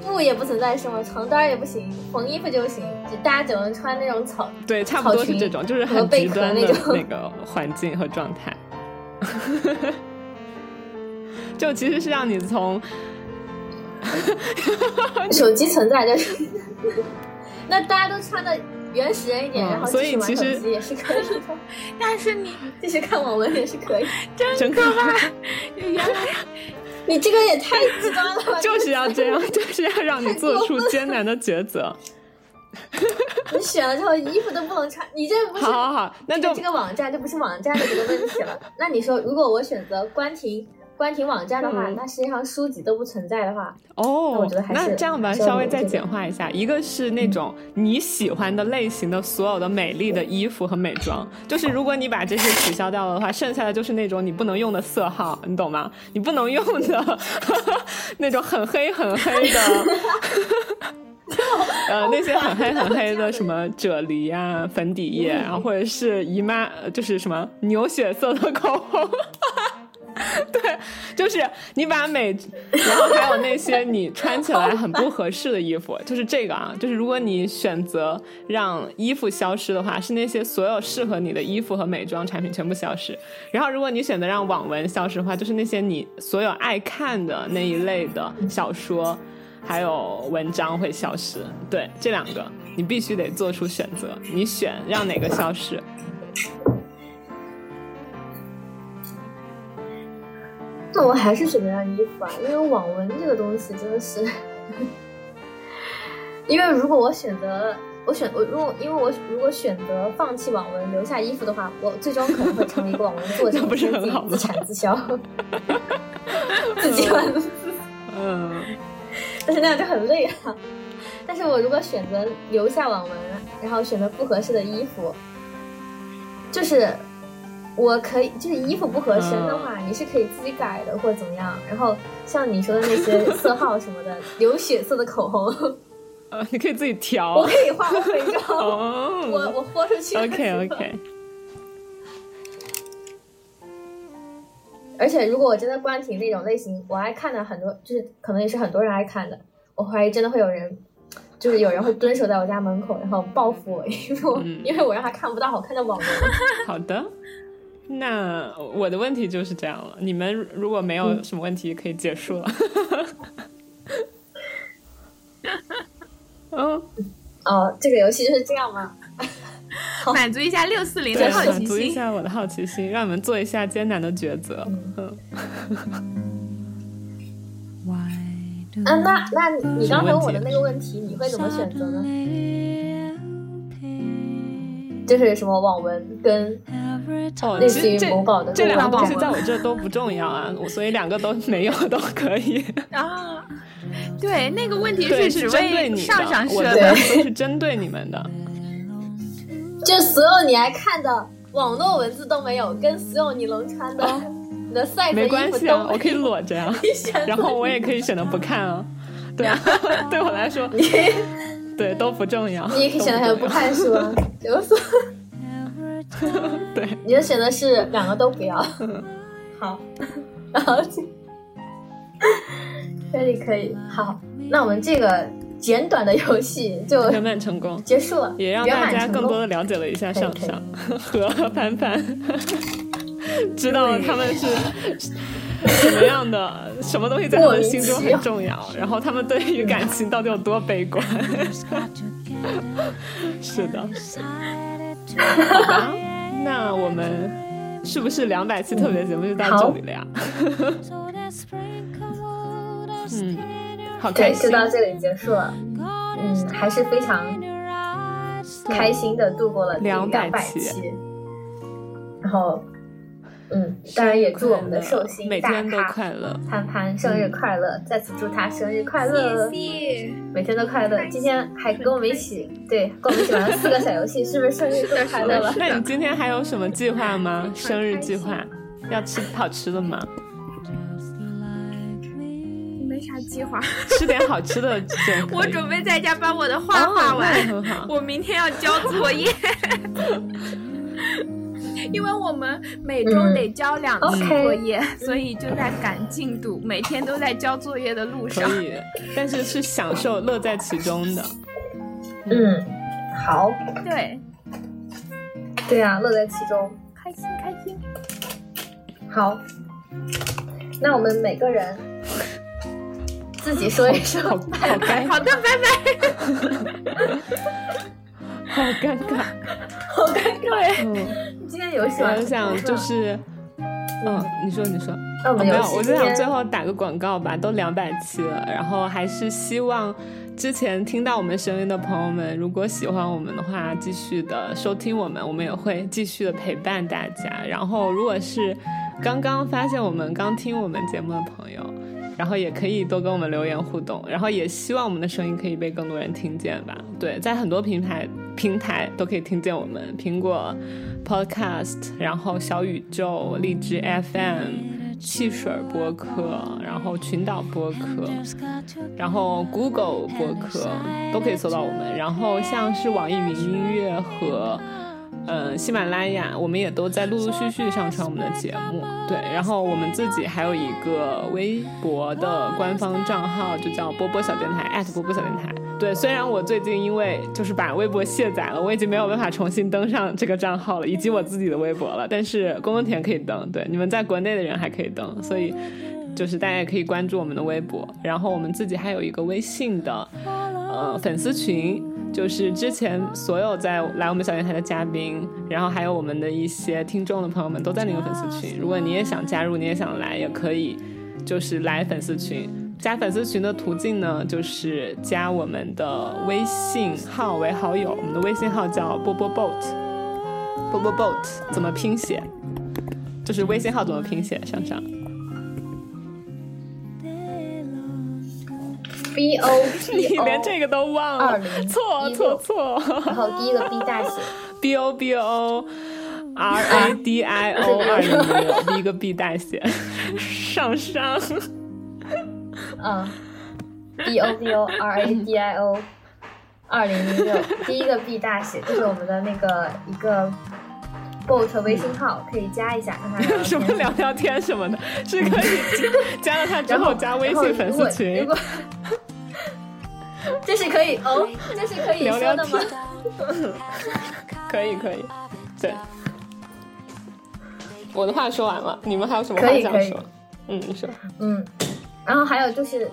布也不存在是吗？床单也不行，缝衣服就行，就大家只能穿那种草。对，差不多是这种，就是很极端的那个环境和状态。 就其实是让你从手机存在就是， 那大家都穿的原始人一点，嗯然后所以其继续玩手实机也是可以的， 但是你继续看网文也是可以。 整个原来你这个也太极端了吧！ 就是要这样，就是要让你做出艰难的抉择。你选了之后衣服都不能穿，你这不是好好好，那这就个这个网站，这不是网站的这个问题了。那你说，如果我选择关停关停网站的话，嗯那世界上书籍都不存在的话，那哦我觉得，还那是这样吧，稍微稍微有再这个简化一下，一个是那种你喜欢的类型的所有的美丽的衣服和美妆，就是如果你把这些取消掉了的话，剩下的就是那种你不能用的色号，你懂吗？你不能用的 那种很黑很黑 的。呃，那些很黑很黑的什哦么啫喱呀、粉啊嗯底液啊，然后或者是姨妈，呃就是什么牛血色的口红，就是你把每，然后还有那些你穿起来很不合适的衣服，就是这个啊，就是如果你选择让衣服消失的话，是那些所有适合你的衣服和美妆产品全部消失。然后如果你选择让网文消失的话，就是那些你所有爱看的那一类的小说，还有文章会消失。对，这两个你必须得做出选择，你选让哪个消失？那我还是选择让衣服吧，啊因为网文这个东西真的是， 因为如果我选择我选我如果因为我如果选择放弃网文留下衣服的话，我最终可能会成为一个网文作 家，那不是自己很好吗自产自销，自己玩，嗯，但是那样就很累啊。但是我如果选择留下网文，然后选择不合适的衣服，就是我可以，就是衣服不合身的话，你是可以自己改的或者怎么样。然后像你说的那些色号什么的， 有血色的口红， 呃，你可以自己我调可。以画我伪装，哦 我我豁出去。 OK OK，而且如果我真的关停那种类型，我爱看的很多，就是可能也是很多人爱看的，我怀疑真的会有人。就是有人会蹲守在我家门口，然后报复我， 因为我、嗯因为我让他看不到好看的网文。 好的。那我的问题就是这样了。你们如果没有什么问题，可以结束了。 嗯，哦，这个游戏就是这样吗？满足一下六四零对，的好满奇足一心。下我的好奇心，让你们做一下艰难的抉择。嗯嗯啊，那那你刚才问我的那个问题，你会怎么选择呢？就是什么网文跟哦，类其似于实这某宝的这两个某东宝西在我这都不重要啊，我所以两个都没有都可 以。啊，对，那个问题对，只是针对为你的，上上我设的的问。题都是针对你们的。就所有你爱看的网络文字都没有，跟所有你能穿 的、你的 size 的没衣服关系都啊，我可以裸着呀、然后我也可以选择不看啊，对 啊，对我来说，对都不重要，你也可以选择还有不看书啊，就是说都不重要，对，你的选择是嗯两个都不要。 好，然后这可以可以，好，那我们这个简短的游戏就圆满成功，结束了，也让圆大满家成更多功的了解了一下可以上可以上和凡凡， 知道了他们是什么样的，什么东西在他莫们名心中其很妙重要，然后他们对于感情到底有多悲观， 是的。好吧，那我们是不是两百期特别节目就到这里了呀？ 嗯，好开对，就心。到这里结束了。嗯，还是非常开心的度过了两200百期期。然后，嗯，当然也祝我们的寿星每大天都咖快乐。潘潘生日快乐！再次祝他生日快乐，谢谢。每天都快乐。今天还跟我们一起，对，跟我们一起玩了四个小 游戏，是不是生日更快乐了？那你今天还有什么计划吗？嗯生日计划？要吃好吃的吗？ 没啥计划，吃点好吃的就可以。我准备在家把我的画画哦那也完，很好。我明天要交作业。 因为我们每周得交两次嗯作业，所以就在赶进度，每天都在交作业的路上。可以，但是是享受乐在其中的。嗯，好，对，对啊，乐在其中。开心开心。好，那我们每个人自己说一说。好好尴好的，拜拜。好尴 尬。好尴尬。嗯，今天游戏玩我得想很不错就是，嗯，你说你说。那我哦们没游有，嗯戏我今就想天最后打个广告吧，都两百期了，然后还是希望之前听到我们声音的朋友们，如果喜欢我们的话，继续的收听我们，我们也会继续的陪伴大家。然后，如果是刚刚发现我们、刚听我们节目的朋友，然后也可以多跟我们留言互动，然后也希望我们的声音可以被更多人听见吧。对，在很多平台平台都可以听见我们，苹果 Podcast，然后小宇宙、荔枝 FM、汽水播客，然后群岛播客，然后 Google 播客都可以搜到我们，然后像是网易云音乐和。呃喜马拉雅，我们也都在陆陆续续上传我们的节目。对，然后我们自己还有一个微博的官方账号，就叫波波小电台，艾特波波小电台。对，虽然我最近因为就是把微博卸载了，我已经没有办法重新登上这个账号了，以及我自己的微博了，但是公公田可以登，对，你们在国内的人还可以登，所以就是大家也可以关注我们的微博，然后我们自己还有一个微信的呃粉丝群，就是之前所有在来我们小电台的嘉宾，然后还有我们的一些听众的朋友们都在那个粉丝群，如果你也想加入，你也想来，也可以就是来粉丝群。加粉丝群的途径呢，就是加我们的微信号为好友，我们的微信号叫波波 boat，波波 boat 怎么拼写？就是微信号怎么拼写？上上 B O 你 P 连这 O，个都忘了， 2016错错错然后第一个 B 大写， ，b o b o r a d i o 二零一六，第一个 b 大写，上上嗯，B O B O R A D I O，二零一六，第一个 B 大写，这是我们的那个一个 bot 微信号，可以加一下，跟他聊聊什么天聊聊天什么的，是可以加了他之后加微信粉丝群如。果 如果这是可以哦，这是可以聊说聊的吗天？可以可以，对。我的话说完了，你们还有什么话可以想可以说？嗯，你说。嗯，然后还有就是，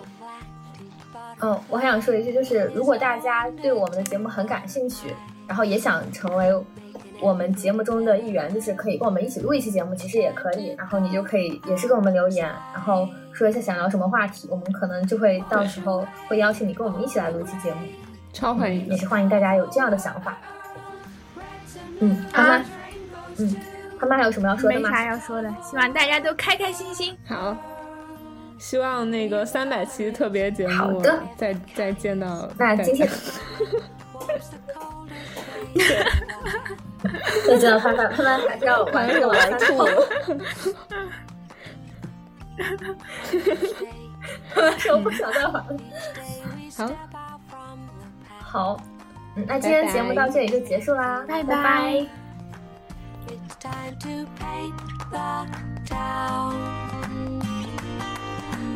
嗯，我还想说一句，就是如果大家对我们的节目很感兴趣，然后也想成为我们节目中的一员，就是可以跟我们一起录一期节目，其实也可以。然后你就可以也是给我们留言，然后说一下想聊什么话题，我们可能就会到时候会邀请你跟我们一起来录一期节目，超欢迎也是欢迎大家有这样的想法。嗯，他妈，啊嗯，他妈还有什么要说的没吗？啥要说的，希望大家都开开心心。好，希望那个三百期特别节好目的再再见到大那家。今天，再见了，潘潘，潘潘还是要玩这个玩潘潘潘 潘说不想再玩了。好，好，嗯那今天拜拜节目到这里就结束啦，拜拜拜拜 It's time to pay the down.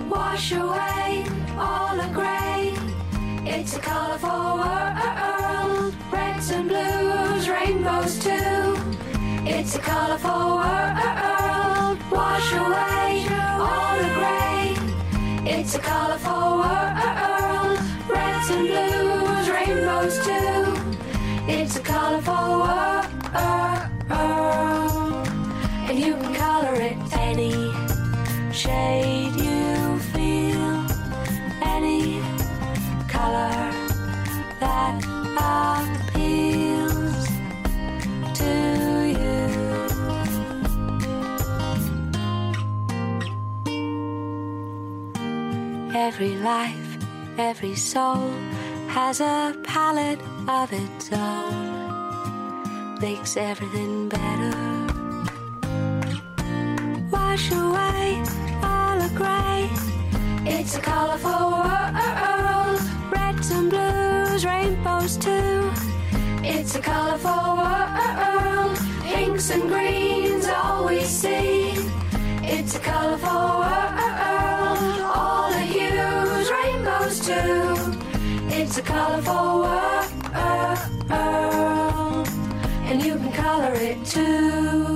Wash away all the gray. It's a colorful world. Reds and blues, rainbows too. It's a colorful world. Wash away all the gray. It's a colorful world. Reds and blues, rainbows too. It's a colorful world. And you can color it any shade you feel. Any color that appeals to you. Every life, every soul has a palette of its own. Makes everything better. Wash away all the grey. It's a colorful world. Reds and blues, rainbows too. It's a colorful world. Pinks and greens, all we see. It's a colorful world, all the hues, rainbows too. It's a colorful world, and you can color it too.